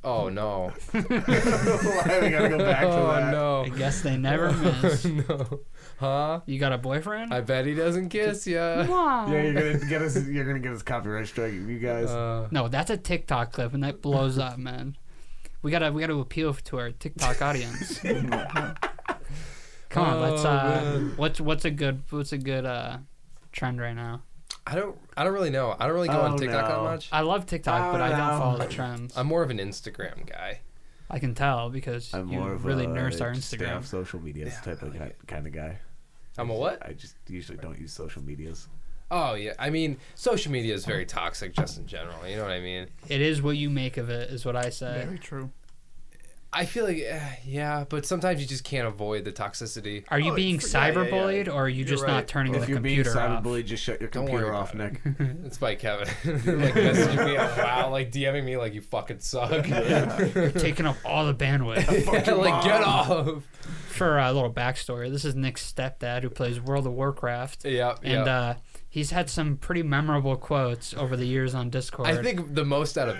B: Oh
C: [laughs]
B: no!
C: Why we gotta go back to
B: [laughs]
C: that?
B: oh
A: I guess they
B: [laughs]
A: never miss.
B: no! no, huh?
A: You got a boyfriend?
B: I bet he doesn't kiss
C: [laughs]
B: ya. [laughs]
A: Why?
C: Yeah, you're gonna get us. [laughs] You're gonna get us copyright strike, you guys.
B: Uh,
A: No, that's a TikTok clip, and that blows up, man. We gotta we gotta appeal to our TikTok
D: [laughs]
A: audience. Come on, let's.
B: Oh,
A: Uh,
B: man.
A: what's what's a good what's a good uh, trend right now?
B: I don't. I don't really know. I don't really go
C: Oh,
B: on TikTok
C: no.
B: that much.
A: I love TikTok,
C: Oh,
A: but I
C: no.
A: don't follow the trends.
B: I'm more of an Instagram guy.
A: I can tell because
C: I'm
A: you
C: more of
A: really
C: a
A: nurse our
C: just stay off
A: Instagram.
C: social medias type of guy, kind of guy.
B: I'm a what?
C: I just usually don't use social medias.
B: Oh yeah. I mean, social media is very toxic just in general. You know what I mean?
A: It is what you make of it, is what I say.
D: Very true.
B: I feel like uh, yeah, but sometimes you just can't avoid the toxicity.
A: Are you
D: Oh,
A: being
D: for- yeah, yeah, yeah.
A: cyberbullied, or are you
D: You're
A: just
D: right.
A: not turning
C: If
A: the
C: you're being
A: computer off?
C: cyberbullied, just shut your
B: Don't worry
C: computer
B: about
C: off,
B: it.
C: [laughs] Nick.
B: It's by Kevin, [laughs] like messaging me out loud, like DMing me, like you fucking suck. [laughs]
A: You're taking up all the
C: [laughs]
A: bandwidth.
B: Yeah, like get off.
A: For uh, a little backstory, this is Nick's stepdad who plays World of Warcraft.
B: Yep.
A: and
B: yep.
A: uh, he's had some pretty memorable quotes over the years on Discord.
B: I think the most out of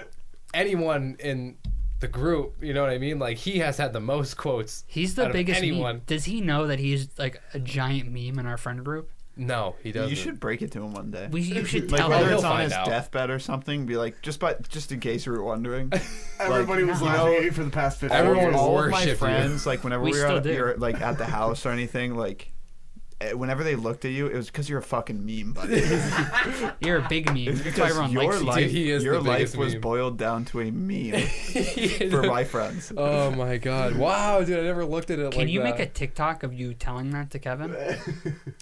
B: anyone in the group, you know what I mean? Like he has had the most quotes.
A: he's the
B: out of
A: biggest. Meme.
B: anyone.
A: Does he know that he's like a giant meme in our friend group?
B: No, he doesn't.
D: You should break it to him one day.
A: We you should
D: like
A: tell
B: Oh,
D: whether
A: him.
B: he'll
D: it's on
B: find
D: his
B: out.
D: deathbed or something, be like just by just in case you
B: [laughs]
D: were wondering.
C: Everybody was
A: no.
C: laughing at you for the past 15
B: Everyone
C: years.
B: was
D: all of my
B: worship you.
D: friends, like whenever
A: We
D: we, were,
A: still
D: at,
A: do.
D: we were like at the house or anything, like eh, whenever they looked at you, it was because you're a fucking meme, buddy.
B: [laughs]
A: You're a big meme. That's why
D: Because
A: everyone
D: your
A: likes you.
D: life,
B: Dude, he is
D: your
B: the
D: life
B: biggest
D: was
B: meme.
D: boiled down to
B: [laughs]
D: a meme for my friends.
B: Oh my god! Wow, dude, I never looked at it like
A: Can you make
B: that.
A: a TikTok of you telling that to Kevin?
C: [laughs]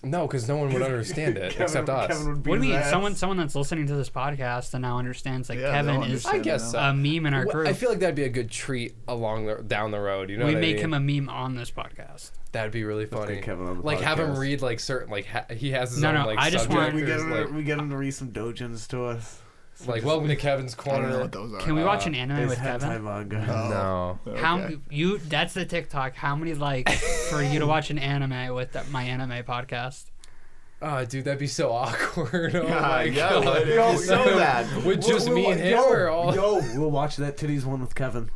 B: No, because no one would understand it
C: Kevin,
B: except us.
C: Kevin would beat
A: What do you
C: his
A: mean?
C: ass.
A: Someone, someone that's listening to this podcast and now understands like
D: Yeah,
A: Kevin
D: they'll
A: is
D: understand
B: I guess
D: now.
B: so.
A: a meme in our
B: Well,
A: group.
B: I feel like that'd be a good treat along the down the road. You know,
A: we
B: what
A: make
B: I mean?
A: him a meme on this podcast.
B: That'd be really funny.
C: get Kevin on the
B: like have him
C: podcast.
B: read like certain like ha- he has his
A: No,
B: own
A: no,
B: like
A: I just
B: subject
A: want-
C: We get,
B: or,
C: him,
B: like,
C: we get him to read some dojins to us.
B: like welcome to Kevin's
D: I don't know
B: corner.
D: what those are. Oh,
A: Can we watch
B: Uh,
A: an anime
C: There's
A: with Kevin?
C: hentai manga.
B: No.
D: Okay.
A: How you? That's the TikTok. How many likes for you to watch an anime with the, my anime podcast?
B: Oh, dude, that'd be so [laughs] awkward. Oh my
D: yeah,
B: god. [laughs]
D: would- Yo, so so bad.
B: With just me and him,
C: yo,
B: we're all.
C: Yo, we'll watch that titties one with Kevin.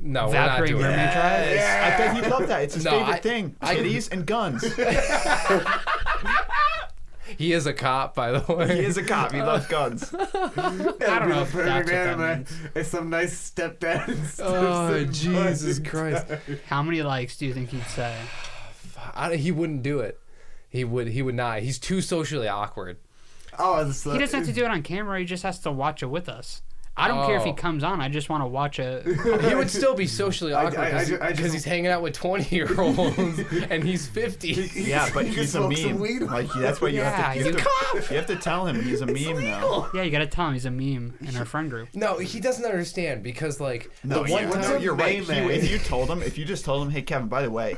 B: No, we're not
A: Valkyrie
B: doing
A: Mermaid
B: that.
A: Trials?
D: I bet he loved that. It's his
B: No,
D: favorite
B: I-
D: thing. Titties and guns.
B: [laughs] He is a cop, by the way.
D: he is a cop. He loves guns.
A: I don't
C: That'd be
A: know
C: the
A: if that's
C: perfect
A: what that
C: anime.
A: means.
C: It's some nice stepdad. and
B: [laughs]
C: [laughs]
B: Oh,
C: stepson
B: Jesus
C: bonding
B: Christ.
C: time.
A: How many likes do you think he'd say?
B: I, he wouldn't do it. He would. He would not. He's too socially awkward.
C: Oh, it's,
A: He doesn't have to do it on camera. He just has to watch it with us. I don't care if he
B: Oh.
A: comes on. I just want to watch a.
B: He would still be socially
C: I-
B: awkward
C: I- I ju- I
B: because
C: just-
B: he's hanging out with twenty year olds and he's
C: [laughs]
B: fifty.
D: Yeah, but
C: You can
D: he's a
C: smoke some
D: meme.
C: weed.
D: Like that's
C: [laughs]
D: what you
A: Yeah,
D: have to. You,
A: he's
D: have to you have to tell him he's a meme now.
A: Yeah, you gotta tell him he's a meme in our friend group.
B: No, he doesn't understand because like
D: No,
B: the
D: you,
B: one
C: what's
D: no
C: up,
B: time
D: you're right.
C: Bayman?
D: He- if you told him, if you just told him, hey Kevin, by the way,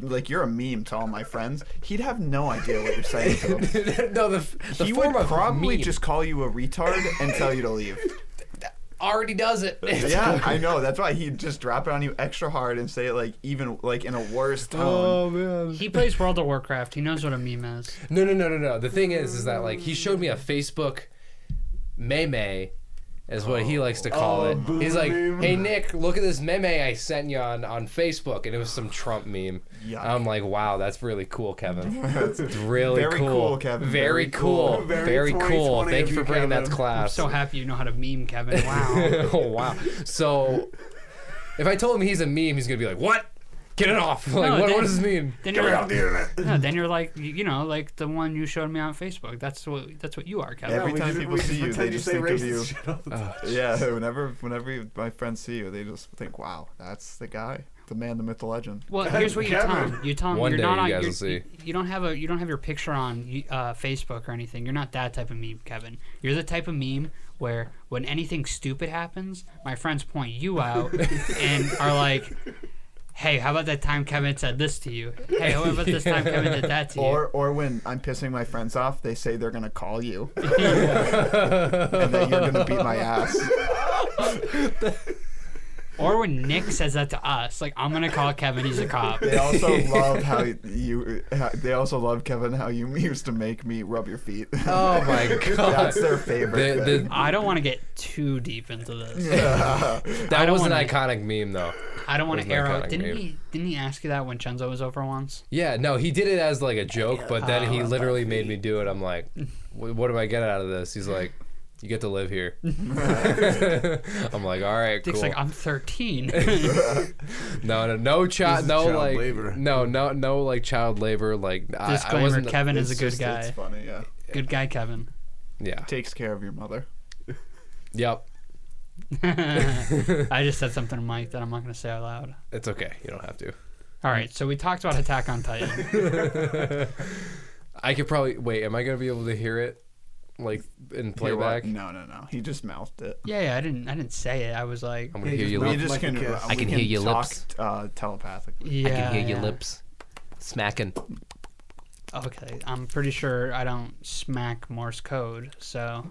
D: like you're a meme to all my friends, he'd have no idea what you're saying
B: [laughs]
D: to him.
B: no the, f- the
D: he
B: form
D: would
B: of
D: probably
B: meme
D: just call you a retard and tell you to leave.
B: already does it. [laughs]
D: yeah, I know. That's why he'd just drop it on you extra hard and say it like even like in a worse tone.
B: man.
A: He plays World of Warcraft. He knows what a meme is.
B: No, no, no, no, no. The thing is, is that like he showed me a Facebook meme, is what he likes to call
C: Oh,
B: it.
C: boo
B: He's like,
C: meme.
B: "Hey Nick, look at this meme I sent you on on Facebook," and it was some Trump meme.
D: Yuck.
B: I'm like, "Wow, that's really cool, Kevin. It's really
D: Very cool, Kevin.
B: Very,
D: Very
B: cool.
C: cool. Very
B: Very cool.
C: 2020
B: Thank
C: of
B: you for
C: you,
B: bringing that
C: Kevin.
B: to
A: I'm
B: class."
A: so happy you know how to meme, Kevin. Wow.
B: [laughs] oh wow. So if I told him he's a meme, he's gonna be like, "What? Get it off! [laughs] Like,
A: No,
B: what,
A: then-
B: what does this
A: [laughs]
B: mean?"
A: Then
C: Get
A: you're,
C: me off the
A: like,
C: internet.
A: no, then you're like, you know, like the one you showed me on Facebook. That's what that's what you are, Kevin.
C: [laughs]
D: Every
C: we
D: time
C: just-
D: people
C: we
D: see you,
C: pretend
D: they just
C: say
D: think of
C: racist
D: you.
C: shit all the time.
D: Yeah, [laughs] whenever whenever you- my friends see you, they just think, "Wow, that's the guy, the man, the myth, the legend."
A: Well, here's what you tell him. You tell him
B: One
A: you're
B: day
A: not
B: you
A: on.
B: guys
A: you're-
B: will see.
A: You, you don't have a you don't have your picture on uh, Facebook or anything. You're not that type of meme, Kevin. You're the type of meme where when anything stupid happens, my friends point you
B: [laughs]
A: out and are like. Hey, how about that time Kevin said this to you? Hey, how about this time Kevin did that to you?
D: Or or when I'm pissing my friends off, they say they're gonna call you, and that you're gonna beat my ass.
A: Or when Nick says that to us, like I'm gonna call Kevin, he's a cop.
D: They also love how you. How, they also love Kevin how you [laughs] used to make me rub your feet.
B: Oh my god.
D: [laughs] That's their favorite.
B: The- the-
D: thing.
A: I don't want to get too deep into this.
D: [laughs]
A: I
B: That
A: don't
B: was an
A: wanna-
B: iconic meme, though.
A: I don't want
B: Where's
A: to
B: my
A: arrow.
B: cutting
A: Didn't
B: meme?
A: he? Didn't he ask you that when Chenzo was over once?
B: Yeah, no, he did it as like a joke, but then he
A: Oh,
B: literally made me do it. I'm like, "Wh- what am I getting out of this? He's like, you get to
A: [laughs]
B: live here. [laughs] I'm like, all right,
A: Dick's
B: cool.
A: like, I'm
B: [laughs]
A: 13.
B: no, no, no
C: This
B: child,
C: is
B: no
C: child
B: like,
C: labor.
B: no, no, no like child labor. Like, I- I,
A: Disclaimer:
B: wasn't.
A: Kevin
D: It's
A: is a good
D: just- It's
A: guy.
D: funny, yeah.
A: Good guy,
B: [laughs]
A: Kevin.
B: Yeah.
D: Takes care of your mother.
B: Yep.
A: I just said something to Mike that I'm not gonna say out loud.
B: It's okay. You don't have to.
A: All right, so we talked about Attack on
B: [laughs]
A: Titan.
B: I could probably wait. Am I gonna be able to hear it, like in
D: Hear what?
B: playback?
D: No, no, no. He just mouthed it.
A: yeah, yeah, I didn't. I didn't say it. I was like,
B: I'm gonna
C: Yeah,
B: hear
C: just
B: you.
C: mouth
D: We
B: Lip.
C: it.
D: just
C: like a
D: can.
C: kiss.
D: uh,
B: I
D: we
B: can hear your
D: talk,
B: lips.
D: Uh, telepathically.
A: yeah,
B: I can hear
A: yeah.
B: your lips smacking.
A: Okay, I'm pretty sure I don't smack Morse code, so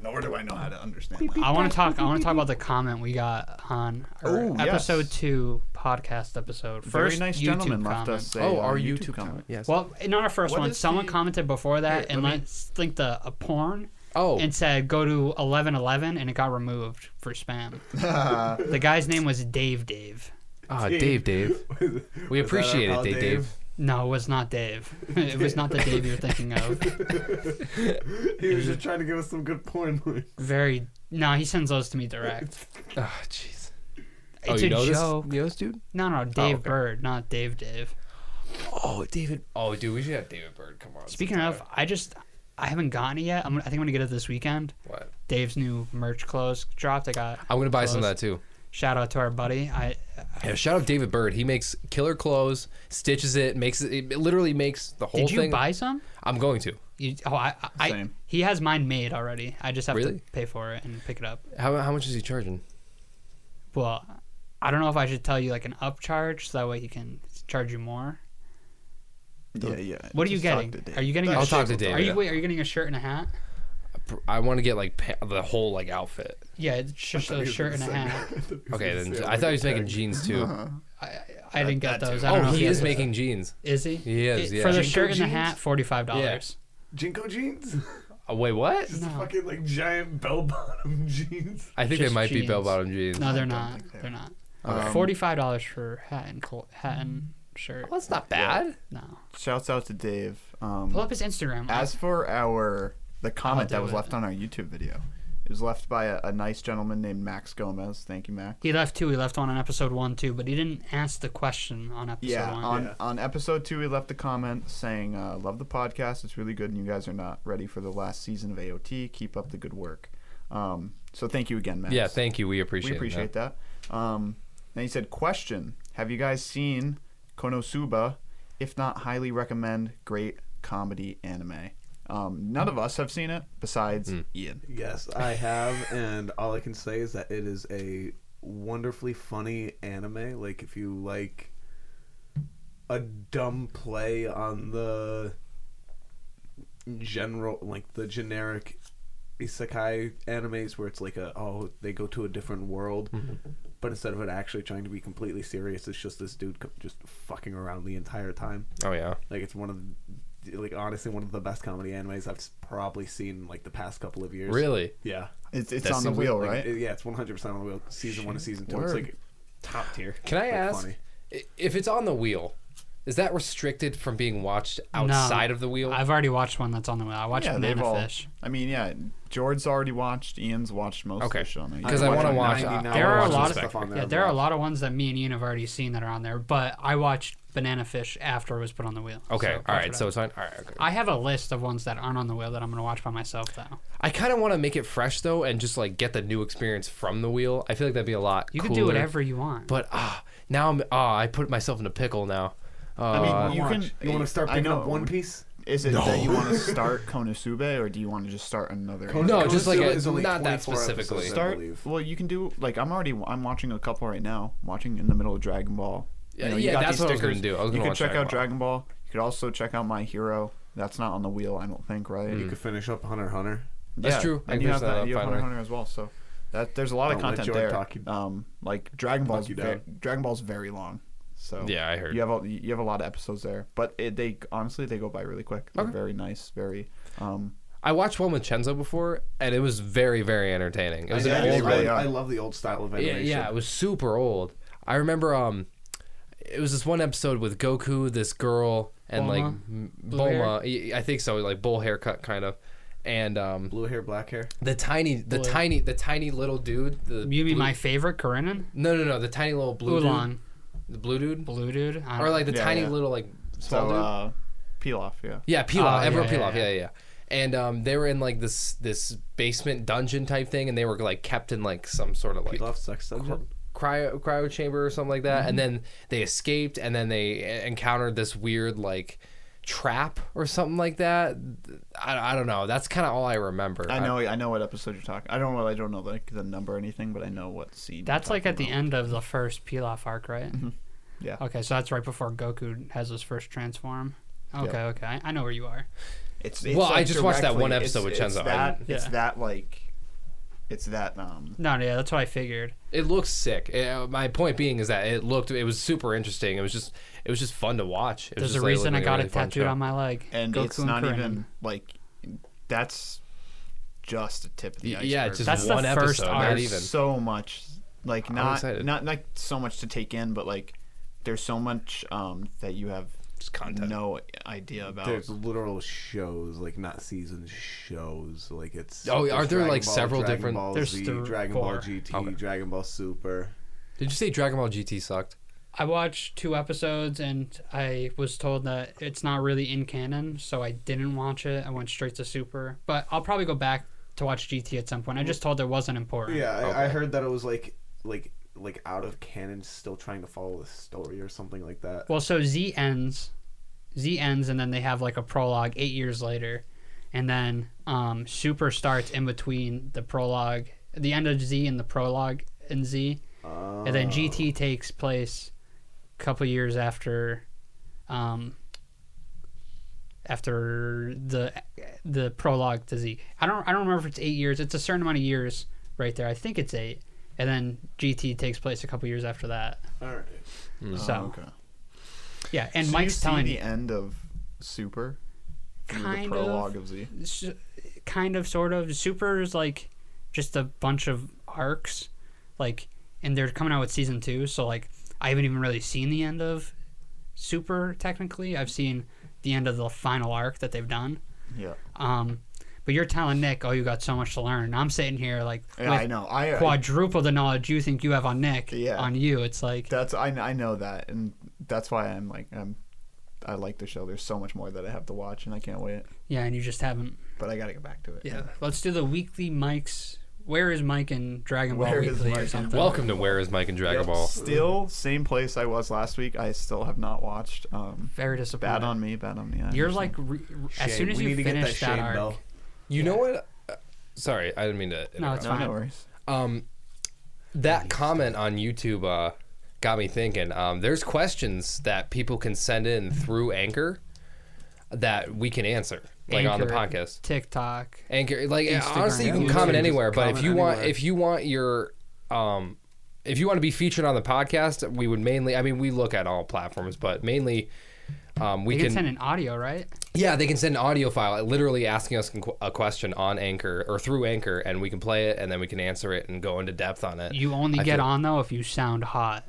D: Nor do I know how to understand.
A: I want to talk. I want to talk about the comment we got on our
D: Oh, yes.
A: episode two podcast episode. First,
D: Very nice
A: YouTube
D: gentleman
A: comment.
D: left us. A,
B: Oh,
D: uh,
B: our
D: YouTube,
B: YouTube
D: comment.
B: Yes.
A: Well, not our first
D: What
A: one.
D: is
A: Someone
D: the-
A: commented before that
D: Here,
A: and
D: let me-
A: let's think the a porn
B: oh,
A: and said go to eleven eleven and it got removed for spam. the guy's name was Dave Dave.
B: Ah, Dave,
C: Dave.
B: Dave. We
C: [laughs] Was that our
B: appreciate it,
C: pal
B: Dave, Dave.
C: Dave?
A: No, it was not Dave. [laughs] it was not the Dave you're thinking of.
B: Uh.
C: [laughs] He was just trying to give us some good porn. [laughs] links.
A: Very. No, he sends those to me direct.
B: Ah, jeez.
A: It's
B: Oh,
A: a
B: you know this?
A: joke.
B: You know this dude?
A: No, no, Dave
B: okay.
A: Bird, not Dave Dave.
B: Oh, David. Oh, dude, we should have David Bird. Come on.
A: Speaking of, I just I haven't gotten it yet. I'm, gonna- I think I'm gonna get it this weekend.
B: what?
A: Dave's new merch clothes dropped. I got.
B: I'm gonna buy some of
A: Close.
B: that too.
A: Shout out to our buddy. I
B: Yeah, shout out David Bird. He makes killer clothes, stitches it, makes it. It literally makes the whole
A: did you
B: thing.
A: buy some?
B: I'm going to.
A: You, oh, I, I, I
D: Same.
A: he has mine made already. I just have
B: Really?
A: to pay for it and pick it up.
B: How, how much is he charging?
A: Well, I don't know if I should tell you like an upcharge, so that way he can charge you more.
D: [laughs] Yeah, yeah.
A: [laughs] What are you
D: Just talk
A: getting?
D: to Dave.
A: Are you getting? a
B: I'll
A: shirt-
B: talk to Dave,
A: Are you
B: yeah.
A: wait, Are you getting a shirt and a hat?
B: I want to get like pa- the whole like outfit.
A: Yeah, it's just a shirt and a hat.
B: Okay, then I thought he was making jeans too.
A: I, I- I didn't get
D: that
A: those.
D: too.
A: I don't
B: Oh,
A: know if
B: he
A: has
B: is
A: those.
B: making jeans.
A: Is he?
B: He is,
A: It-
B: yeah.
A: For the
B: Jinko
A: shirt and the
C: jeans?
A: hat, forty-five dollars.
C: Jinko jeans? [laughs]
B: Oh, wait, what?
C: Just
A: No.
C: fucking like giant bell bottom [laughs] jeans.
B: I think
A: Just
B: they might be
A: jeans.
B: bell bottom jeans.
A: No, they're
D: don't
A: not.
D: think Um, they
A: They're,
D: are.
A: not.
D: Okay.
A: Forty-five dollars for hat and col- hat and shirt.
B: Well, that's not bad.
A: No.
D: Shouts out to Dave. Um,
A: Pull up his Instagram.
D: As for our the comment
A: do
D: that was
A: it.
D: left on our YouTube video, it was left by a, a nice gentleman named Max Gomez. Thank you, Max.
A: He left two. He left one on episode one too, but he didn't ask the question on episode
D: Yeah,
A: one.
D: on
C: Yeah.
D: on episode two, he left a comment saying, uh, "Love the podcast. It's really good, and you guys are not ready for the last season of AOT. Keep up the good work." Um, So thank you again, Max.
B: Yeah, thank you. We appreciate.
D: we appreciate that. Um, then he said, "Question: Have you guys seen Konosuba? If not, highly recommend. Great comedy anime. Um, none of us have seen it besides
B: Hmm.
D: Ian.
C: Yes, I have, and all I can say is that it is a wonderfully funny anime. Like if you like a dumb play on the general, like the generic isekai animes, where it's like a oh they go to a different world, but instead of it actually trying to be completely serious, it's just this dude co- just fucking around the entire time.
B: Oh yeah.
C: Like it's one of the, like honestly one of the best comedy animes I've s- probably seen in, like the past couple of years.
B: Really?
C: Yeah.
D: It's it's
B: That
D: on the
B: seems
D: wheel,
C: Like,
D: right?
C: it- yeah, it's 100% on the wheel. Season one to season two. It's
B: Word.
C: like top tier.
B: Can I
C: Like,
B: ask
C: funny.
B: i- if it's on the wheel? Is that restricted from being watched outside of the wheel?
A: I've already watched one that's on the way. I watched
D: yeah, they've
A: Banana
D: all.
A: Fish.
D: I mean, yeah. George's already watched. Ian's watched most
B: Okay.
D: of the show. now. You
B: Because
D: can
B: I want to
D: it.
B: watch.
C: 99
B: I
A: There
B: wanna
A: are a
B: watch
A: lot of
B: Inspector.
C: stuff on there.
A: Yeah,
C: I've
A: there are a
C: watched.
A: lot of ones that me and Ian have already seen that are on there, but I watched Banana Fish after it was put on the wheel.
B: Okay.
A: so that's
B: all right.
A: what
B: So
A: I-
B: it's on. All right. Okay.
A: I have a list of ones that aren't on the wheel that I'm going to watch by myself though.
B: I kind of want to make it fresh though, and just like get the new experience from the wheel. I feel like that'd be a lot.
A: You
B: cooler.
A: can do whatever you want.
B: But ah, now I'm ah, I put myself in a pickle now. Uh,
D: mean,
C: Wanna
D: you
C: watch.
D: can-
C: You want to start
D: I
C: picking up
D: know.
C: One Piece?
D: Is it that you want to
B: [laughs]
D: start Konosube or do you want to just start another? anime?
B: No, just like
C: Konosuba
B: a-
C: is only
B: not that
C: 24 episodes,
B: specifically.
C: I
D: start
C: believe.
D: well you can do like i'm already i'm watching a couple right now I'm watching in the middle of dragon ball
B: Yeah, yeah, that's what I was gonna do. I was
D: you
B: gonna
D: could
B: watch
D: check
B: Dragon
D: out
B: Ball.
D: dragon ball you could also check out my hero that's not on the wheel i don't think
B: Mm-hmm.
D: right
C: You could finish up Hunter x Hunter.
B: That's
D: Yeah,
B: true. I can
D: and you have
B: finish that
D: that
B: up
D: you have hunter
B: finally.
D: x hunter as well so that there's a lot of
C: Don't let
D: content
C: Jordan
D: there
C: talk you-
D: um like dragon ball's
C: you
D: ve-
C: down.
D: dragon ball's very long so
B: Yeah, I heard.
D: you have a, you have a lot of episodes there but it, they honestly they go by really quick they're very nice very um
B: I watched one with Chenzo before, and it was very, very entertaining. It was
C: Yeah,
B: an
C: I,
B: old
C: just-
D: really
B: one.
D: are.
C: I, I love the old style of
B: Yeah,
C: animation.
B: yeah, it was super old. I remember um, it was this one episode with Goku, this girl, and like
A: Bulma?
B: m-
A: Blue hair?
B: Bulma. y- I think so, like bull haircut kind of, and um,
C: Blue hair, black hair.
B: the tiny, the
A: Blue.
B: tiny, the tiny little dude. The
A: you mean
B: blue-
A: my favorite Karenin?
B: No, no, no, the tiny little blue
A: Ulan,
B: dude, the blue dude,
A: blue dude, I don't-
B: or like the
D: Yeah,
B: tiny
D: yeah.
B: little like
D: so
B: small dude.
D: uh peel off yeah
B: Yeah,
A: Oh,
B: Pilaf, everyone
A: yeah, yeah,
B: Pilaf, yeah, yeah, yeah. And um, they were in like this this basement dungeon type thing, and they were like kept in like some sort of like
C: Love sex dungeon.
B: cryo cryo chamber or something like that. And
A: Mm-hmm.
B: then they escaped, and then they e- encountered this weird like trap or something like that. I, I don't know. That's kind of all I remember.
D: I know, I know what episode you're talking. I don't, well, I don't know like the number or anything, but I know what scene. you're
A: That's like
D: talking
A: at the
D: about.
A: end of the first Pilaf arc, right?
B: Mm-hmm.
D: Yeah.
A: Okay, so that's right before Goku has his first transform. Okay, okay. I know where you are.
D: It's, it's
B: Well, I just watched that one
D: directly- it's-
B: episode with
D: it's
B: Chenzo. I
D: That,
A: didn't-
D: It's
A: Yeah.
D: that like, it's that um.
A: No, yeah, that's what I figured.
B: It looks sick. It- uh, my point being is that it looked it was super interesting. It was just it was just fun to watch. It
A: There's
B: was
A: a
B: just, like,
A: reason
B: like
A: I got
B: really
A: it
B: fun
A: tattooed
B: show.
A: on my leg.
D: And
A: Goku
D: it's not
A: Krillin.
D: even like, that's just a tip of the
B: Y-
D: iceberg.
B: Yeah, just
A: That's the
B: one
A: first
B: episode.
A: arc.
B: Not
D: there's
B: even.
D: so much like not
B: excited.
D: not like so much to take in, but like there's so much um that you have
B: Just content.
D: no idea about.
B: oh.
D: Oh,
C: There's literal shows, like not seasons, shows. Like it's.
B: Oh,
C: there's
B: are there, like, several
C: Dragon
B: different-
C: Ball
A: There's
C: Z,
A: th-
C: Dragon
A: four.
C: Ball GT,
B: Okay.
C: Dragon Ball Super.
B: Did you say Dragon Ball GT sucked?
A: I watched two episodes and I was told that it's not really in canon, so I didn't watch it. I went straight to Super, but I'll probably go back to watch GT at some point. I just told it wasn't important.
C: Yeah, I, I
B: Okay.
C: heard that it was like like like out of canon, still trying to follow the story or something like that.
A: Well, so Z ends, Z ends, and then they have like a prologue eight years later, and then um, Super starts in between the prologue, the end of Z and the prologue in Z,
C: Uh,
D: Oh.
A: and then GT takes place a couple years after, um, after the the prologue to Z. I don't I don't remember if it's eight years. It's a certain amount of years right there. I think it's eight, and then GT takes place a couple years after that.
C: all right.
A: So
D: Oh, okay.
A: yeah, and
D: So you
A: Mike's
D: see
A: telling
D: the end of Super, through the
A: Kind
D: prologue of Z.
A: s- kind of sort of super is like just a bunch of arcs like and they're coming out with season two so like i haven't even really seen the end of super technically i've seen the end of the final arc that they've done
D: Yeah.
A: um but you're telling nick oh you got so much to learn and i'm sitting here like
D: Yeah,
A: with
D: I know. I uh,
A: quadruple the knowledge you think you have on nick
D: Yeah.
A: on you it's like
D: that's I, I know that, and that's why I'm like I'm I like the show. There's so much more that I have to watch, and I can't wait.
A: yeah and you just haven't
D: But I got to get back to it.
A: yeah let's do the weekly mike's where is Mike in Dragon Ball
D: Where is
A: Weekly
D: Mike
A: or
D: in
A: something?
B: Welcome to Where Is Mike and Dragon
D: Yep,
B: Ball.
D: Still same place I was last week. I still have not watched. Um,
A: Very disappointed.
D: bad on me. Bad on me. I
A: You're like
D: understand.
A: re- re- as
C: Shade.
A: soon as
C: we
A: you
C: need to get that
A: finish that,
C: shade
A: arc,
C: bell.
B: You know what? Uh, sorry, I didn't mean to.
A: No, it's
B: interrupt.
D: no,
A: fine.
D: no worries.
B: Um, that comment on YouTube uh, got me thinking. Um, there's questions that people can send in through Anchor that we can answer, like on the
A: Anchor.
B: podcast.
A: TikTok.
B: Anchor, like
A: Instagram.
B: honestly, you can
A: Yeah,
B: comment
C: just
B: anywhere. But if
C: comment
B: you want,
C: anywhere.
B: if you want your, um, if you want to be featured on the podcast, we would mainly. I mean, we look at all platforms, but mainly. Um, we
A: You
B: can,
A: can send an audio, right?
B: yeah, they can send an audio file, literally asking us conqu- a question on Anchor or through Anchor, and we can play it, and then we can answer it and go into depth on it.
A: You only
B: I
A: get
B: feel-
A: on though if you sound hot.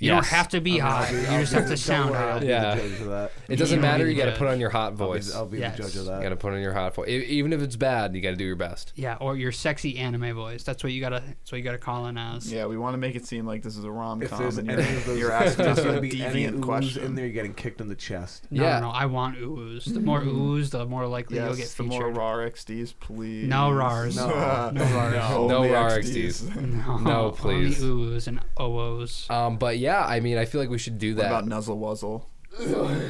A: You
B: Yes.
A: don't have to be hot.
C: I'll be-
A: you
C: I'll
A: just
C: be
A: have
C: the-
A: to
C: don't
A: sound
C: worry, I'll
A: hot.
C: be the
B: Yeah.
C: judge of that.
B: It doesn't
A: You
B: matter.
A: really
B: You got to
A: judge.
B: put on your hot
C: I'll be,
B: voice.
C: the- I'll be
A: Yes.
C: the judge of
B: You got
C: that.
B: to put on your hot voice, E- even if it's bad. You got to do your best.
A: Yeah, or your sexy anime voice. That's what you gotta. That's what you gotta call in as.
D: Yeah, we want to make it seem like this is a rom
C: If
D: com.
C: there's
D: and
C: any
D: you're,
C: of those,
D: you're
C: if
D: asking
C: there's
D: us a
C: gonna be any
D: deviant
C: ooze
D: question.
C: in there, you're getting kicked in the chest.
A: No,
B: Yeah.
A: no, no, I want oohs. The more oohs, the more likely
D: yes,
A: you'll get
D: the more
A: featured.
D: raw XDs, please.
A: No RARs.
D: [laughs]
C: No.
A: No RARs.
D: No,
B: No
D: only
B: RAR
A: [laughs] no,
B: No, please.
A: Only oohs and oos.
B: Um, but yeah, I mean, I feel like we should do
D: [laughs] What
B: that.
D: about Nuzzle Wuzzle?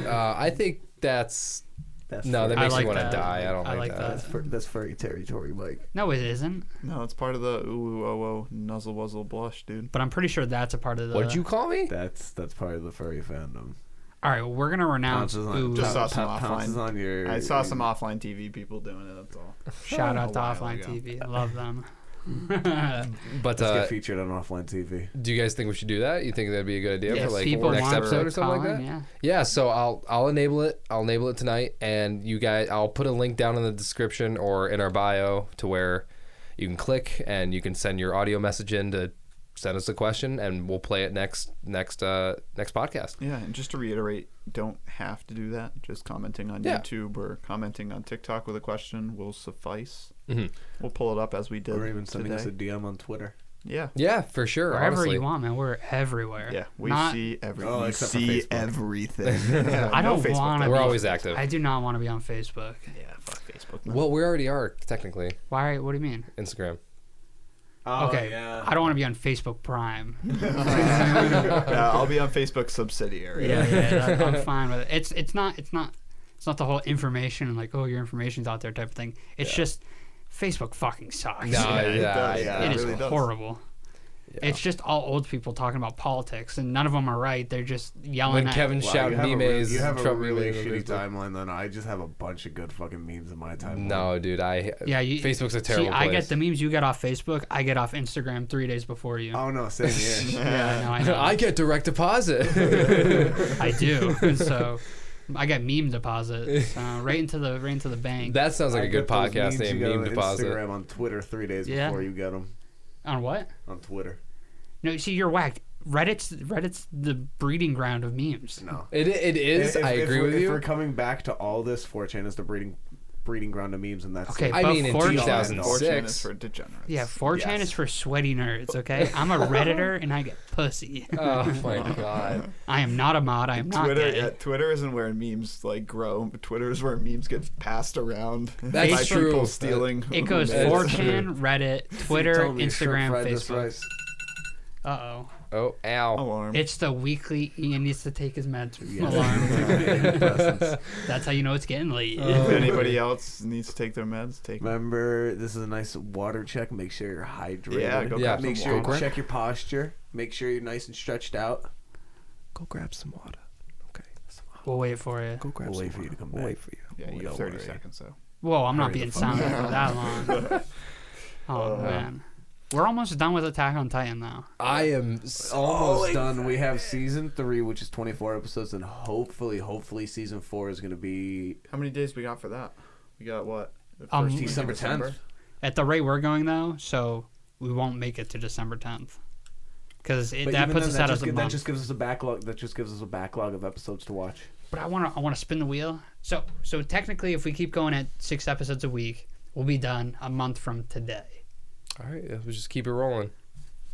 B: uh, I think that's
C: That's
B: no. That
C: furry-
A: I
B: makes
A: like
B: you want
A: that.
B: to die. I don't
A: I
B: like,
A: like
B: that.
C: that's, fur- that's furry territory, Mike.
A: No, it isn't.
D: No, it's part of the ooh ooh oh oh Nuzzle Wuzzle blush, dude.
A: But I'm pretty sure that's a part of the.
B: What'd you call me?
C: That's that's part of the furry fandom.
A: All right, we're gonna renounce
C: Pounces on,
A: oohs.
D: Just saw some
C: pounces
D: offline.
C: on your.
D: I saw some offline TV people doing it. That's all.
A: Shout out to
D: A while
A: Offline
D: ago.
A: TV. Love them.
B: But
C: Let's
B: uh,
C: get featured on offline TV.
B: do you guys think we should do that? You think that'd be a good idea
D: Yes,
B: for like
A: people
B: next
A: want
B: episode
A: to
B: or something
A: call
B: like that?
A: in, yeah.
B: So I'll I'll enable it. I'll enable it tonight, and you guys, I'll put a link down in the description or in our bio to where you can click and you can send your audio message in to send us a question, and we'll play it next next uh next podcast.
D: Yeah, and just to reiterate, don't have to do that. Just commenting on
B: Yeah.
D: YouTube or commenting on TikTok with a question will suffice.
A: Mm-hmm.
B: Mhm.
D: We'll pull it up as we did
C: Or even sending
D: today.
C: us a DM on Twitter.
D: yeah.
B: Yeah, for sure.
A: Wherever
B: honestly.
A: you want, man. We're everywhere.
D: Yeah, we
A: Not-
D: see everything.
C: Oh,
D: we
C: except for
D: see
C: Facebook.
D: everything.
C: [laughs]
A: I don't want to.
B: We're always active.
A: I do not want to be on Facebook.
D: Yeah, fuck Facebook.
B: Well, we already are technically
A: Why? What do you mean?
B: Instagram.
D: Oh,
A: okay, I don't want to be on Facebook Prime.
D: yeah, I'll be on Facebook
A: [laughs]
D: subsidiary.
A: yeah, yeah, that- I'm fine with it. It's it's not it's not it's not the whole information and like oh your information's out there type of thing. It's just Facebook fucking sucks.
B: No,
D: Yeah, it
B: yeah,
D: does, yeah.
A: it
D: it
A: is
D: really does.
A: horrible. It's just all old people talking about politics, and none of them are right. They're just yelling
B: When
A: at
B: Kevin
C: Wow,
B: shouted
C: you have, a,
B: memes,
C: re- you have a
B: Trump
C: really
B: memes on
C: shitty
B: Facebook.
C: timeline. Then I just have a bunch of good fucking memes in my timeline.
B: No, dude, I
A: Yeah, you,
B: Facebook's a
A: See,
B: terrible
A: I
B: place.
A: get the memes you get off Facebook. I get off Instagram three days before you.
C: Oh no, same
B: [laughs]
C: here.
A: yeah, I know. [laughs] I,
B: I get direct
A: [laughs]
B: deposit.
A: know. I do. so I get meme deposits uh, right into the right into the bank.
B: that sounds like
C: I
B: a good
C: get those
B: podcast
C: memes you
B: name,
C: get
B: Meme
C: on
B: Deposit.
C: Instagram on Twitter three days
A: Yeah.
C: before you get them
A: On what?
C: on Twitter.
A: No, see, you're whacked. Reddit's Reddit's the breeding ground of memes.
C: No,
B: It, it is.
C: If-
B: I
C: if-
B: agree
C: if,
B: with
C: if
B: you.
C: we're coming back to all this, 4chan is the breeding breeding ground of memes, and that's
A: Okay,
B: I
A: but
B: mean, in
A: 4chan
B: 2006.
D: Fortune is for degenerates.
A: Yeah, 4chan
C: Yes.
A: is for sweaty nerds. Okay, I'm a redditor and I get pussy.
B: Oh
C: [laughs]
B: my god.
A: I am not a mod. I am not
D: Twitter,
A: gay.
D: yeah, Twitter isn't where memes like grow. But Twitter is where memes get passed around.
B: That's
D: by
B: true.
D: People stealing.
A: It goes
B: That's
D: [laughs]
A: 4chan, Reddit, Twitter, Instagram, Facebook. Uh oh,
B: Oh, ow.
D: alarm.
A: it's the weekly Ian needs to take his meds alarm.
C: Yes.
A: That's how you know it's getting late.
D: if anybody else needs to take their meds, take. them.
C: Remember, this is a nice water check. Make sure you're hydrated.
D: Yeah, go
B: Yeah.
D: grab
C: Make
D: some
C: sure you
D: water.
C: check your posture. Make sure you're nice and stretched out.
B: Go grab some water. Okay.
A: We'll wait for you.
B: Go grab
C: We'll wait for you to come back.
B: for you.
D: Yeah, you
C: Don't
D: have 30
C: worry.
D: seconds. So
A: Whoa, I'm not
C: Hurry the
A: being
C: fuck
A: silent for that long.
C: [laughs]
A: Oh
C: Uh,
A: man, we're almost done with Attack on Titan now.
B: I am. So,
C: Almost done. We have season three, which is 24 episodes, and hopefully, hopefully, season four is going to be
D: how many days we got for that? We got what? The
A: Um,
D: first week of
C: December 10th.
A: At the rate we're going though, so we won't make it to December 10th because
C: But
A: that puts
C: even then,
A: us
C: that
A: out
C: just,
A: as a
C: gi- That
A: month.
C: just gives us a backlog. That just gives us a backlog of episodes to watch.
A: But I want to I want to spin the wheel. So so technically, if we keep going at six episodes a week, we'll be done a month from today.
B: all right, let's just keep it rolling.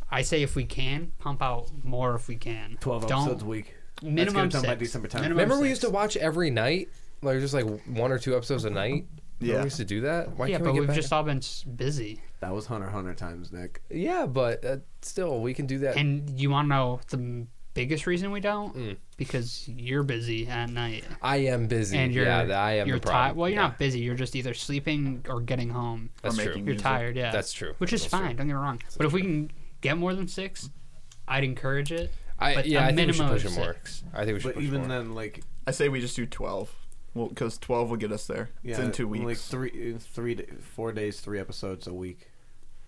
A: I say if we can pump out more if we can.
C: 12
A: Don't,
C: episodes a week.
A: Minimum
C: Let's get it done by
A: six.
C: December 10th.
A: Minimum
B: Remember, we
A: six.
B: used to watch every night, like just like one or two episodes a night. Yeah.
D: Yeah.
B: we used to do that. Why
A: yeah,
B: can't
A: but
B: we get
A: we've
B: back-
A: just all been s- busy.
C: That was Hunter Hunter times, Nick.
B: Yeah, but uh, still, we can do that.
A: And you want to know the m- biggest reason we don't?
B: Mm.
A: Because you're busy at night.
B: I am busy.
A: And you're
B: yeah, I am
A: you're
B: the problem.
A: tired. Well, you're
B: Yeah,
A: not busy. You're just either sleeping or getting home.
B: That's
D: Or
B: true.
D: making
A: You're
D: music.
A: tired, yeah.
B: That's true.
A: Which is
B: That's
A: fine. Don't get me wrong. But if we can get more than six, I'd encourage it.
B: I,
A: but
B: yeah,
A: a
B: I think we should
A: minimum
B: push
A: of
B: it more.
A: six.
B: I think we should
C: But
B: push
C: even
B: more.
C: then, like
D: I say we just do 12. Well, because 12 will get us there.
C: yeah,
D: it's in two
C: like
D: weeks.
C: three, three, d- four days, three episodes a week.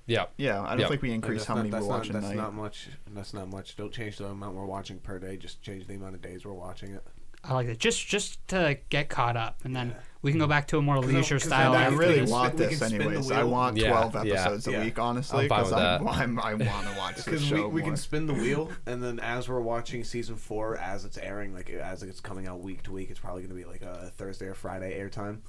B: yeah,
D: yeah, I don't
B: Yeah.
D: think we
C: Like,
D: increase
C: that's
D: how
C: not-
D: many
C: that's
D: we watch
C: not,
D: a
C: That's
D: night.
C: not much. That's not much. Don't change the amount we're watching per day. Just change the amount of days we're watching it.
A: I like that. Just just to get caught up, and then we can go back to a more leisure
C: 'cause
A: style.
C: then
D: I
C: we
A: afternoon.
D: really
C: can
D: want
C: spin- we
D: this
C: can spin the
D: anyways. I
C: wheel.
D: want
B: Yeah,
D: 12
B: yeah.
D: episodes
C: Yeah.
D: a week, honestly,
B: I'm fine
D: because
B: with
D: I'm,
B: that.
D: I'm, I want
C: [laughs]
D: to watch this
C: Because we,
D: show
C: we
D: more.
C: can spin the
D: [laughs]
C: wheel, and then as we're watching season four, as it's airing, like as it's coming out week to week, it's probably going to be like a Thursday or Friday airtime.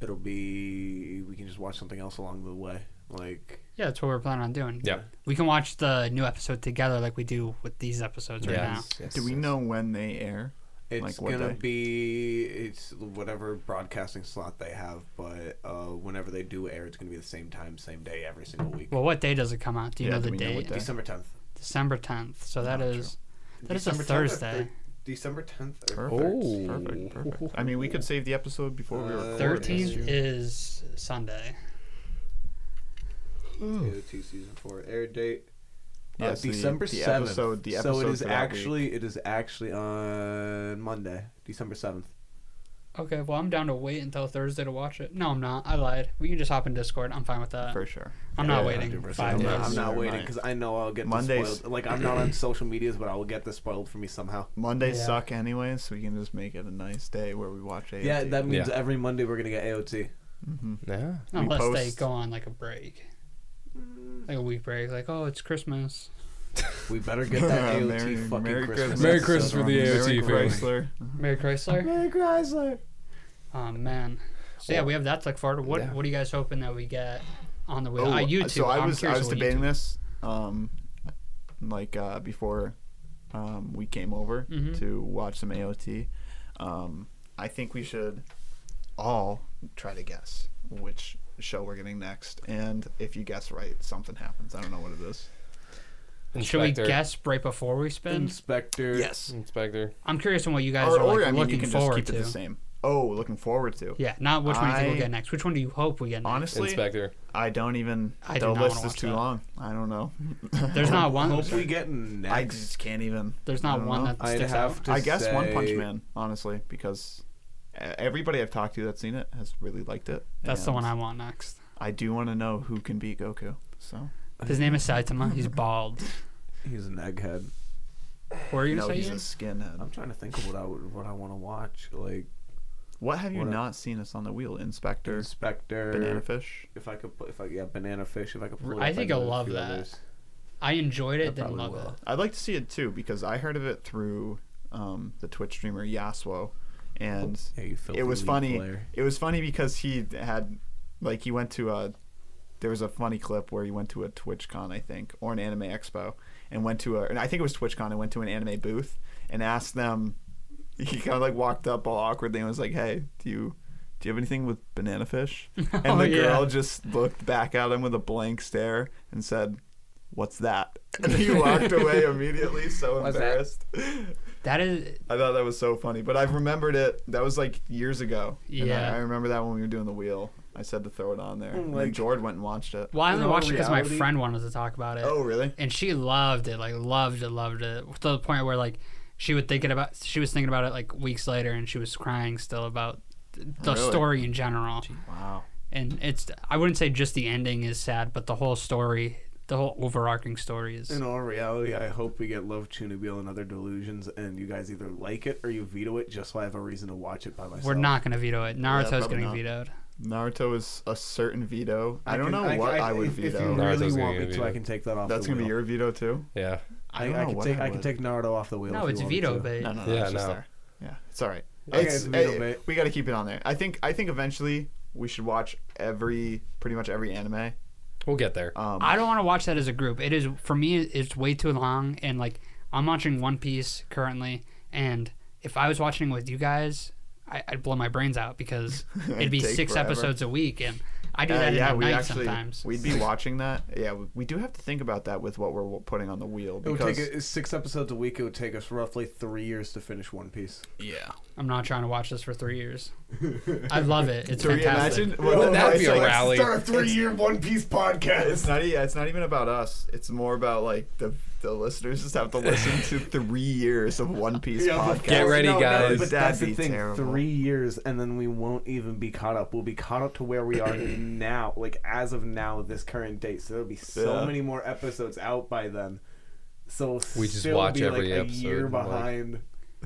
C: It'll be we can just watch something else along the way, like
A: Yeah, that's what we're planning on doing.
B: yeah,
A: We can watch the new episode together, like we do with these episodes right now.
B: yes, yes,
D: Do we
B: yes.
D: know when they air?
C: It's
D: Like what
C: gonna
D: day?
C: be it's whatever broadcasting slot they have, but uh, whenever they do air, it's gonna be the same time, same day, every single week.
A: Well, what day does it come out? Do you
D: Yeah,
A: know
D: do
A: the
D: we know
A: date?
D: what day?
C: December tenth.
A: December tenth. So that
D: Oh,
A: is that is a
C: 10th or
A: Thursday.
C: thir- December tenth.
D: Perfect.
B: Oh.
D: Perfect. Perfect. I mean, we could save the episode before we
C: Uh,
D: record.
A: Thirteenth
C: Thursday.
A: is Sunday.
C: AOT season four air date. Uh,
D: Yes, the-
C: December
D: the
C: seventh.
D: episode- the
C: so it
D: episode
C: is
D: for that
C: actually it is actually on Monday, December seventh.
A: Okay, well I'm down to wait until Thursday to watch it. No, I'm not. I lied. We can just hop in Discord. I'm fine with
C: uh,
A: that.
D: For sure.
A: I'm
C: Yeah,
A: not
C: yeah,
A: waiting
C: 100%.
A: five
C: I'm
A: days.
C: not, I'm not
D: Right.
C: waiting because I know I'll get
D: Mondays.
C: Mondays. Like I'm not
D: [clears throat]
C: on social medias, but I will get this spoiled for me somehow.
D: Mondays
A: Yeah.
D: suck anyways, so we can just make it a nice day where we watch AOT.
C: Yeah, that means
B: Yeah.
C: every Monday we're gonna get AOT.
D: hmm
B: Yeah.
D: We
A: Unless they
D: post- Mm.
A: go on like a break, like a week break. Like oh, it's Christmas.
C: We better get that AOT
D: [laughs] Merry-
C: fucking
D: Merry
C: Christmas.
B: Merry
C: episode
B: Christmas for
C: on
B: the
C: this.
B: AOT
D: Merry
B: family.
D: Chrysler.
A: Merry Chrysler.
C: Merry Chrysler.
A: Oh man. So yeah, we have that to look forward to. What
B: Yeah.
A: What are you guys hoping that we get on the wheel?
D: Oh,
A: uh, YouTube.
D: So I
A: I'm
D: was I
A: curious
D: was
A: what
D: debating
A: YouTube-
D: this, um, like uh, before, um, we came over
C: Mm-hmm.
A: Mhm.
D: to watch some AOT. Um, I think we should all try to guess which show we're getting next, and if you guess right, something happens. I don't know what it is.
A: Should we
B: Inspector.
A: guess right before we spin?
C: Inspector.
B: Inspector.
A: I'm curious on what you guys
D: Or,
A: are like
D: or I mean, you
A: looking
D: can just
A: forward
D: keep
A: to.
D: it the same. Oh, looking forward to.
A: Yeah, not which one you think
D: I-
A: we'll get next. Which one do you hope we get next?
D: Honestly,
B: Inspector.
D: I don't even.
A: I do
D: the
A: not wanna
D: list is
A: watch
D: too
A: that.
D: long. I don't know. [laughs]
A: There's not one.
C: Hope we get next.
D: I just can't even.
A: There's
D: I
A: not
D: don't
A: one
D: know.
A: that
C: I'd
A: sticks
C: have
A: out.
C: to
D: I guess One Punch
C: say-
D: Man, honestly, because uh, everybody I've talked to that's seen it has really liked it.
A: That's the
D: and
A: one I want next.
D: I do want to know who can beat Goku. So
A: His name is Saitama. He's bald.
C: He's an egghead.
A: What are you
D: no,
A: gonna say?
D: he's a
A: Ian?
D: skinhead.
C: I'm trying to think of what I would, what I want to watch. Like
D: What have you
C: What a-
D: not seen us on the wheel? Inspector,
C: Inspector.
D: Banana Fish.
C: If I could, put, if I yeah, banana fish. If I could pull. It
A: I
C: up,
A: think
C: know
A: I'll
C: a
A: love
C: few
A: that.
C: others.
A: I enjoyed
C: I
A: it. Didn't
C: probably
A: love
C: will.
A: it.
D: I'd like to see it too because I heard of it through um, the Twitch streamer Yasuo, and
A: Oh,
C: Yeah, you
D: it was
C: filthy
D: funny.
C: player.
D: It was funny because he had, like, he went to a. There was a funny clip where he went to a TwitchCon, I think, or an anime expo, and went to a. And I think it was TwitchCon. And went to an anime booth and asked them. [laughs] He kind of like walked up all awkwardly and was like, "Hey, do you?" Do you have anything with
A: [laughs]
D: banana fish? And
A: Oh,
D: the
A: yeah.
D: girl just looked back at him with a blank stare and said, "What's that?" [laughs] And he walked away immediately, so
B: What's that?
D: embarrassed.
A: That is.
D: I thought that was so funny, but I've remembered it. That was like years ago. And I-
A: Yeah.
D: I, remember that when we were doing the wheel. I said to throw it on there. and then
C: Like-
D: Jord went and watched it.
A: Well, I only
C: know,
A: watched it because my
C: reality-
A: friend wanted to talk about it,
D: Oh, really?
A: and she loved it. Like loved it, loved it to the point where like she would think it about. She was thinking about it like weeks later, and she was crying still about th- the
D: Really?
A: story in general.
D: Wow.
A: And it's. I wouldn't say just the ending is sad, but the whole story, the whole overarching story is.
C: In all reality, I hope we get Love Chunibyo and other delusions, and you guys either like it or you veto it, just so I have a reason to watch it by myself.
A: We're not gonna veto it. Naruto's
D: probably
A: getting
D: not.
A: vetoed.
D: Naruto is a certain veto. I, don't
C: can-
D: know what I, would
C: if, If
D: veto.
C: you
B: Naruto's
C: really
B: gonna
C: want
B: get
C: me to,
B: vetoed.
C: I can take that off.
D: That's
C: the
D: gonna be
C: wheel.
D: your veto too.
B: Yeah.
D: I don't know
C: can
D: what
C: take.
D: I
C: can
D: would.
C: take Naruto off the wheel.
A: No,
C: if you
A: it's
C: want me
A: veto
C: to.
A: bait.
D: No, no, no
B: Yeah,
D: it's just
B: no.
D: there. Yeah, it's all right.
C: Okay,
D: It's-
C: it's veto
D: eh,
C: bait.
D: we got to keep it on there. I think. I think eventually we should watch every, pretty much every anime.
B: We'll get there.
D: Um,
A: I don't want to watch that as a group. It is for me. It's way too long, and like I'm watching One Piece currently, and if I was watching with you guys, I, I'd blow my brains out
D: [laughs]
A: because it'd be
D: Take
A: six
D: forever.
A: episodes a week, and I do
D: Uh,
A: that
D: yeah,
A: at
D: we
A: night
D: actually
A: sometimes.
D: we'd be watching that. Yeah, we, we do have to think about that with what we're w- putting on the wheel
C: It would
D: because
C: take us- six episodes a week. It would take us roughly three years to finish One Piece.
B: Yeah.
A: I'm not trying to watch this for three
D: [laughs]
A: years. I love it. It's
D: three.
A: fantastic.
D: Imagine well,
B: that'd
D: no,
B: be
D: it's
B: a
D: like-
B: rally.
C: a three-year One Piece
D: It's
C: podcast.
D: not. e- It's not even about us. It's more about like the the listeners just have to listen
C: [laughs]
D: to three years of One Piece podcast.
B: Get ready, guys.
C: but that's the
D: That'd be
C: thing.
D: terrible.
C: Three years, and then we won't even be caught up. We'll be caught up to where we
B: [clears throat]
C: are now, like as of now, this current date. So there'll be so
D: Yeah.
C: many more episodes out by then. So we'll
B: We just
C: still
B: watch
C: be
B: every
C: like
B: episode
C: a year
B: and, like-
C: behind.
A: I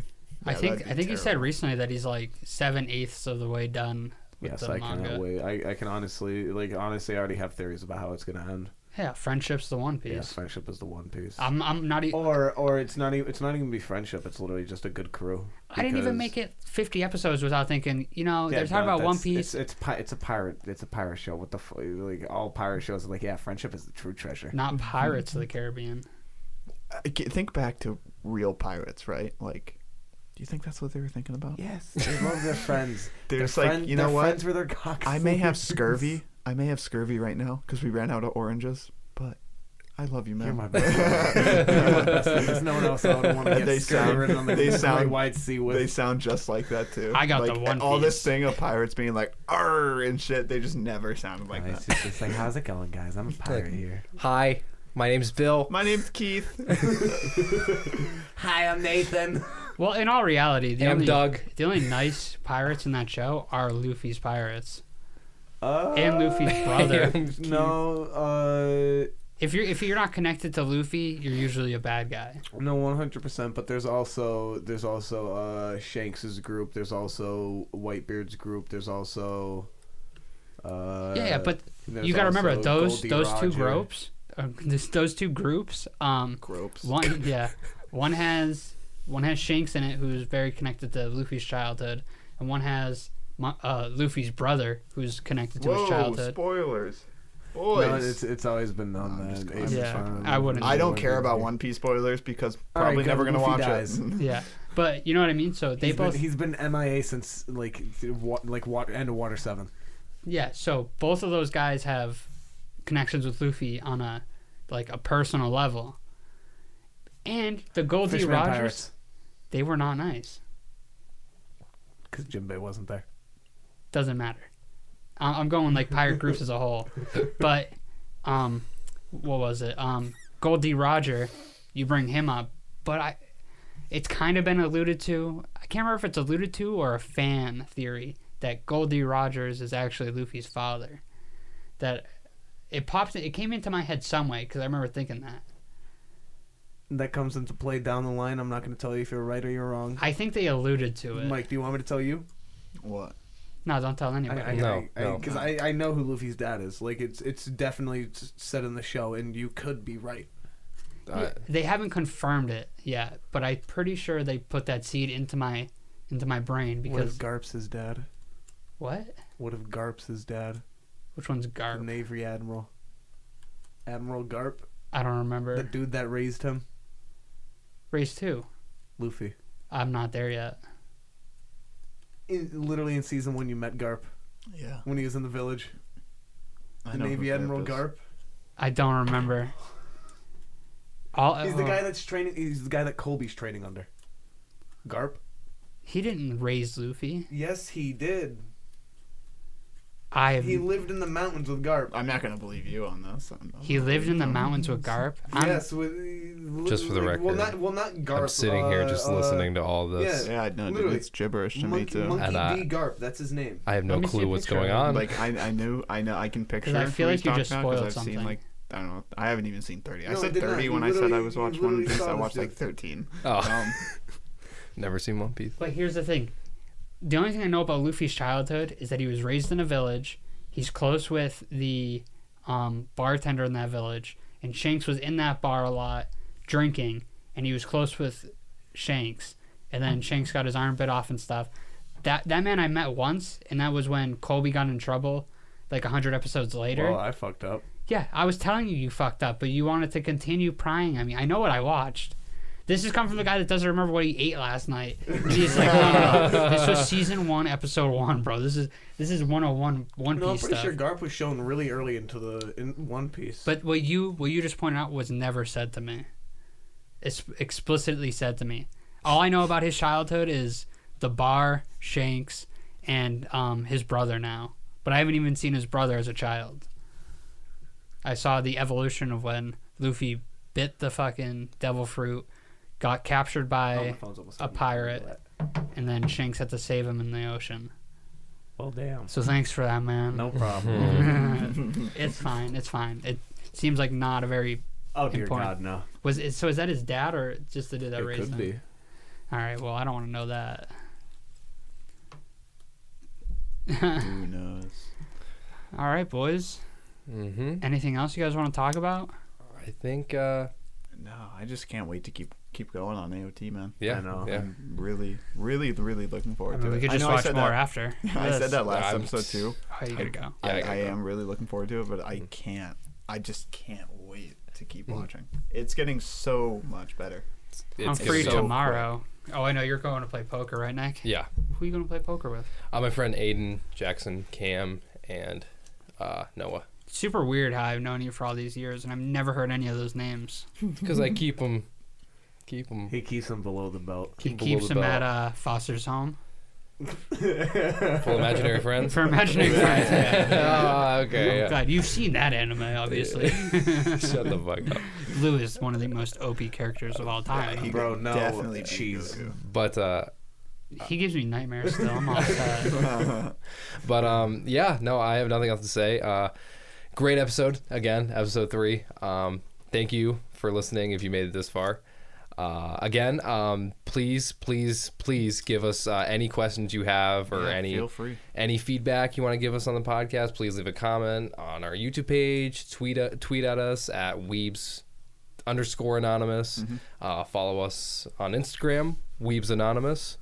D: Yeah,
A: think I
D: that'd
A: think
D: be
A: he said
D: terrible.
A: recently that he's like seven eighths of the way done with
C: yes,
A: the
C: I
A: manga.
C: cannot wait. I, I can honestly, like, honestly, I already have theories about how it's gonna end.
A: Yeah, friendship's the one piece.
C: Yeah, friendship is the One Piece.
A: I'm I'm not.
D: Oh,
A: E-
C: or or it's not even it's not even be friendship. It's literally just a good crew.
A: I didn't even make
C: because-
A: it 50 episodes without thinking. You know,
C: Yeah,
A: Oh, they're talking
C: no,
A: about One
C: that's-
A: Piece.
C: It's, it's pi- it's a pirate. It's a pirate show. What the f- like all pirate shows are like yeah, friendship is the true treasure.
A: not Pirates of the Caribbean.
D: I ca- Think back to real pirates, right? Like, do you think that's what they were thinking about?
C: Yes, they love their
D: [laughs]
C: friends.
D: There's
C: Their
D: like,
C: friend-
D: you know
C: their
D: what?
C: Friends were their cocks. [laughs]
D: I may have scurvy. I may have scurvy right now because we ran out of oranges, but I love you, man. [laughs]
C: You're my best. friend. [laughs] You're my best friend. There's no one else I would want to get
D: They sound-
C: skirted on the
D: they
C: great
D: sound-
C: wide sea with.
D: They sound just like that too.
A: I got the
D: Like,
A: One
D: All this
A: Piece.
D: thing of pirates being like "arr" and shit, they just never sounded like
C: It's
D: that.
C: just, it's like, how's it going, guys? I'm a pirate here.
B: Hi, my name's Bill.
D: My
C: [laughs]
D: name's Keith.
C: Hi,
B: [laughs]
C: I'm Nathan.
A: Well, in all reality, the
B: And I'm
A: only
B: Doug.
A: the only nice pirates in that show are Luffy's pirates
C: Uh,
A: and Luffy's brother.
C: [laughs] No, uh,
A: if you're if you're not connected to Luffy, you're usually a bad guy.
C: No, one hundred percent. But there's also there's also uh, Shanks's group. There's also Whitebeard's group. There's also uh,
A: yeah, yeah, but
C: there's
A: you got to remember
C: also
A: those
C: Goldie
A: those two
C: Roger.
A: groups, uh, [laughs] this, those two groups. Um,
D: Gropes.
A: one yeah, one has one has Shanks in it, who's very connected to Luffy's childhood, and one has Mo- uh, Luffy's brother, who's connected to his
D: Whoa!
A: childhood.
D: Spoilers.
C: No,
D: Boys.
C: it's it's always been known
D: I'm
C: that.
D: just
C: Ace
D: kidding.
C: is
A: Yeah,
C: fine.
A: I wouldn't-
D: I don't care about One Piece spoilers because
C: All right,
D: probably
C: good,
D: never gonna
C: Luffy
D: watch [laughs]
C: dies.
D: it.
A: yeah, but you know what I mean. So they
C: He's
A: both
C: been, he's been MIA since like th- wa- like water end of Water Seven.
A: Yeah, so both of those guys have connections with Luffy on a like a personal level. And the Goldie
C: Fishman
A: Rogers,
C: Pirates
A: they were not nice.
C: because Jimbei wasn't there.
A: Doesn't matter. I- I'm going like pirate groups as a whole, but um, what was it? Um, Goldie Roger, you bring him up, but I, it's kind of been alluded to. I can't remember if it's alluded to or a fan theory that Goldie Rogers is actually Luffy's father. That it popped. It came into my head some way because I remember thinking that.
C: That comes into play down the line. I'm not going to tell you if you're right or you're wrong.
A: I think they alluded to it.
C: Mike, do you want me to tell you?
D: What?
A: no, don't tell anybody.
C: I, I,
B: No,
C: I,
B: no.
C: Because I, I know who Luffy's dad is. Like it's it's definitely s- said in the show, and you could be right.
B: Uh,
A: they haven't confirmed it yet, but I'm pretty sure they put that seed into my into my brain
C: What
A: because
C: if Garp's his dad?
A: what?
C: What if Garp's his dad?
A: Which one's
C: The
A: Garp?
C: Navy Admiral. Admiral Garp,
A: I don't
C: the
A: remember.
C: dude that raised him,
A: Race two.
C: Luffy.
A: I'm not there yet.
C: In, literally in season one, you met Garp
D: Yeah.
C: when he was in the village.
D: I
C: The
D: know who
C: Navy
D: Garp
C: Admiral
D: is.
C: Garp.
A: I don't remember. All
C: He's the
A: oh,
C: guy that's training. He's the guy that Colby's training under. Garp.
A: he didn't raise Luffy.
C: Yes, he did.
A: I
C: He
A: he,
C: lived in the mountains with Garp.
D: I'm not gonna believe you on this. I'm- I'm not
A: lived in the
D: gonna-
A: mountains with Garp. I'm,
C: yes, with,
B: Just for the
C: like, Well,
B: record,
C: not well, not Garp.
B: I'm sitting here
C: uh,
B: just
C: uh,
B: listening to all this.
D: Yeah, no, dude,
C: Literally.
D: it's gibberish to
C: Monkey,
D: me too.
C: Monkey
B: And I-
C: D. Garp. That's his name.
B: I have no
A: Let me see
B: clue
A: a
B: what's
A: picture
B: going
A: of him.
B: on.
D: like I, I knew I know I can picture.
A: 'Cause I
D: who
A: feel
D: he's
A: like you
D: talking
A: just
D: about 'cause
A: spoiled
D: I've
A: something.
D: Seen, like, I don't know. I haven't even seen thirty. I
C: No,
D: said
C: I did not.
D: thirty
C: You
D: when I said I
C: literally-
D: was
C: you
D: watching One
C: literally
D: Piece.
C: saw
D: I
C: this
D: watched like
B: [laughs]
C: picture.
D: thirteen.
B: [laughs] Oh.
D: Um,
B: Never seen One Piece.
A: But here's the thing. The only thing I know about Luffy's childhood is that he was raised in a village. He's close with the um, bartender in that village, and Shanks was in that bar a lot drinking, and he was close with Shanks. And then Shanks got his arm bit off and stuff. That that man I met once, and that was when Colby got in trouble, like hundred episodes later.
C: I fucked up.
A: yeah, I was telling you you fucked up, but you wanted to continue prying. I mean, I know what I watched. This has come from the guy that doesn't remember what he ate last night. And he's like, no, no, no. This was season one, episode one, bro. This is this is 101 One
C: No, I'm
A: Piece
C: pretty
A: stuff.
C: sure Garp was shown really early into the in One Piece.
A: But what you what you just pointed out was never said to me. It's explicitly said to me. All I know about his childhood is the bar, Shanks, and um, his brother now. But I haven't even seen his brother as a child. I saw the evolution of when Luffy bit the fucking devil fruit, got captured
C: Oh, my
A: by,
C: phone's almost
A: a
C: on.
A: pirate. and then Shanks had to save him in the ocean. [laughs]
C: Well, damn.
A: So thanks for that, man.
C: [laughs] No problem.
A: [laughs] it's fine. It's fine. It seems like not a very
C: oh dear
A: Important.
C: God, no.
A: Was it, so? Is that his dad or just the dude that
C: It
A: raised
C: could
A: him?
C: be.
A: All right. Well, I don't want to know that.
D: Who knows?
A: All right, boys.
B: Mm-hmm.
A: Anything else you guys want to talk about?
B: I think. Uh,
D: [laughs] No, I just can't wait to keep keep going on AOT, man.
B: yeah.
C: I know.
B: Yeah.
D: I'm really, really, really looking
A: I
D: forward
A: mean,
D: to
A: we
D: it.
A: could
D: I
A: just
D: know I
A: watch
D: said
A: more
D: that-
A: after.
D: [laughs] I said that last
B: I'm-
D: episode too.
A: Oh, you gotta go.
B: [laughs] Yeah, I
D: I,
B: got Mm.
D: I
B: that.
D: am really looking forward to it, but I can't. I just can't wait to keep
B: Mm-hmm.
D: watching. It's getting so much better.
A: I'm
B: It's gonna
A: free
B: be-
A: tomorrow. Oh, I know you're going to play poker, right, Nick?
B: Yeah.
A: Who are you going to play poker with?
B: Uh, my friend Aiden, Jackson, Cam, and uh, Noah.
A: Super weird how I've known you for all these years and I've never heard any of those names.
B: Because I keep them. Keep them.
C: He keeps him below the belt.
A: He
B: Keep below
A: keeps
B: the
A: him
B: belt.
A: at uh, Foster's home
B: Full
A: [laughs]
B: imaginary friends. [laughs]
A: for imagining friends.
B: oh, okay.
A: I'm [laughs]
B: Yeah.
A: glad you've seen that anime, obviously. [laughs]
B: Shut the fuck up.
A: Blue is one of the most OP characters of all time.
D: He
C: Bro,
D: could
C: no,
D: definitely
C: jeez.
B: But uh,
A: He gives me nightmares still. I'm
B: [laughs]
A: all sad.
B: But um, yeah, no, I have nothing else to say. Uh, great episode again, episode three. Um, thank you for listening. If you made it this far, uh, again, um, please, please, please give us uh, any questions you have or
D: Yeah,
B: any
D: feel free.
B: any feedback you want to give us on the podcast. Please leave a comment on our YouTube page. Tweet a, tweet at us at Weebs underscore anonymous.
D: Mm-hmm.
B: Uh, follow us on Instagram, Weebs Anonymous,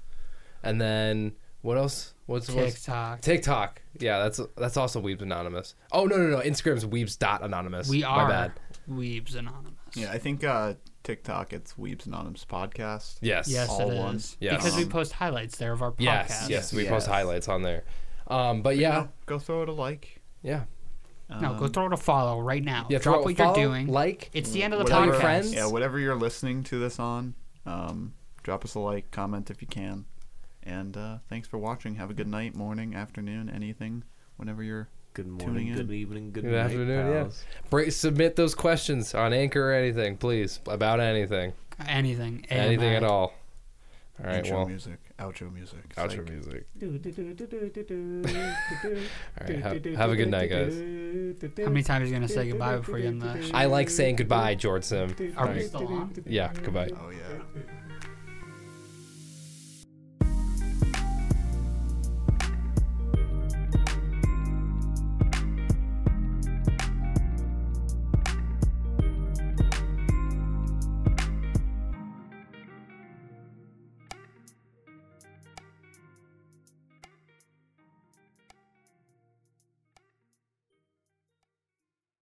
B: and then what else? What's what's-
A: TikTok.
B: TikTok. Yeah, that's that's also Weebs Anonymous. Oh no no no, Instagram's Weebs dot anonymous.
A: We are
B: My bad.
A: Weebs Anonymous.
D: Yeah, I think uh, TikTok. It's Weeb's Anonymous Podcast.
B: Yes.
A: Yes,
D: All
A: it is.
D: one.
B: Yes.
A: Because we post highlights there of our podcast.
B: Um, Yes. Yes. We
D: Yes.
B: post highlights on there. Um, but
D: You
B: yeah,
D: know, go throw it a like.
B: yeah,
A: No, go throw it a follow right now.
B: Um, yeah.
A: Drop
B: throw-
A: what
B: follow,
A: you're doing.
B: Like.
A: it's the end of the
D: Whatever-
A: podcast.
B: Mm, friends.
D: Yeah, whatever you're listening to this on, um, drop us a like, comment if you can, and uh, thanks for watching. Have a good night, morning, afternoon, anything, whenever you're.
C: Good
D: Tuning
C: morning,
D: in.
C: good evening, good,
B: Good
C: night,
B: afternoon, yeah.
C: pals.
B: Break, submit those questions on Anchor or anything, please. About anything,
A: Anything.
B: anything
A: AMI.
B: at all. All right.
D: intro
B: well,
D: music, outro music, It's
B: outro
D: like-
B: music.
C: All
B: All right. Have, have a good night, guys.
A: How many times are you going to say goodbye before you end the
B: I like saying goodbye, George Sim.
A: Are
B: All
A: we
B: right.
A: still on?
B: Yeah. Goodbye.
D: Oh yeah.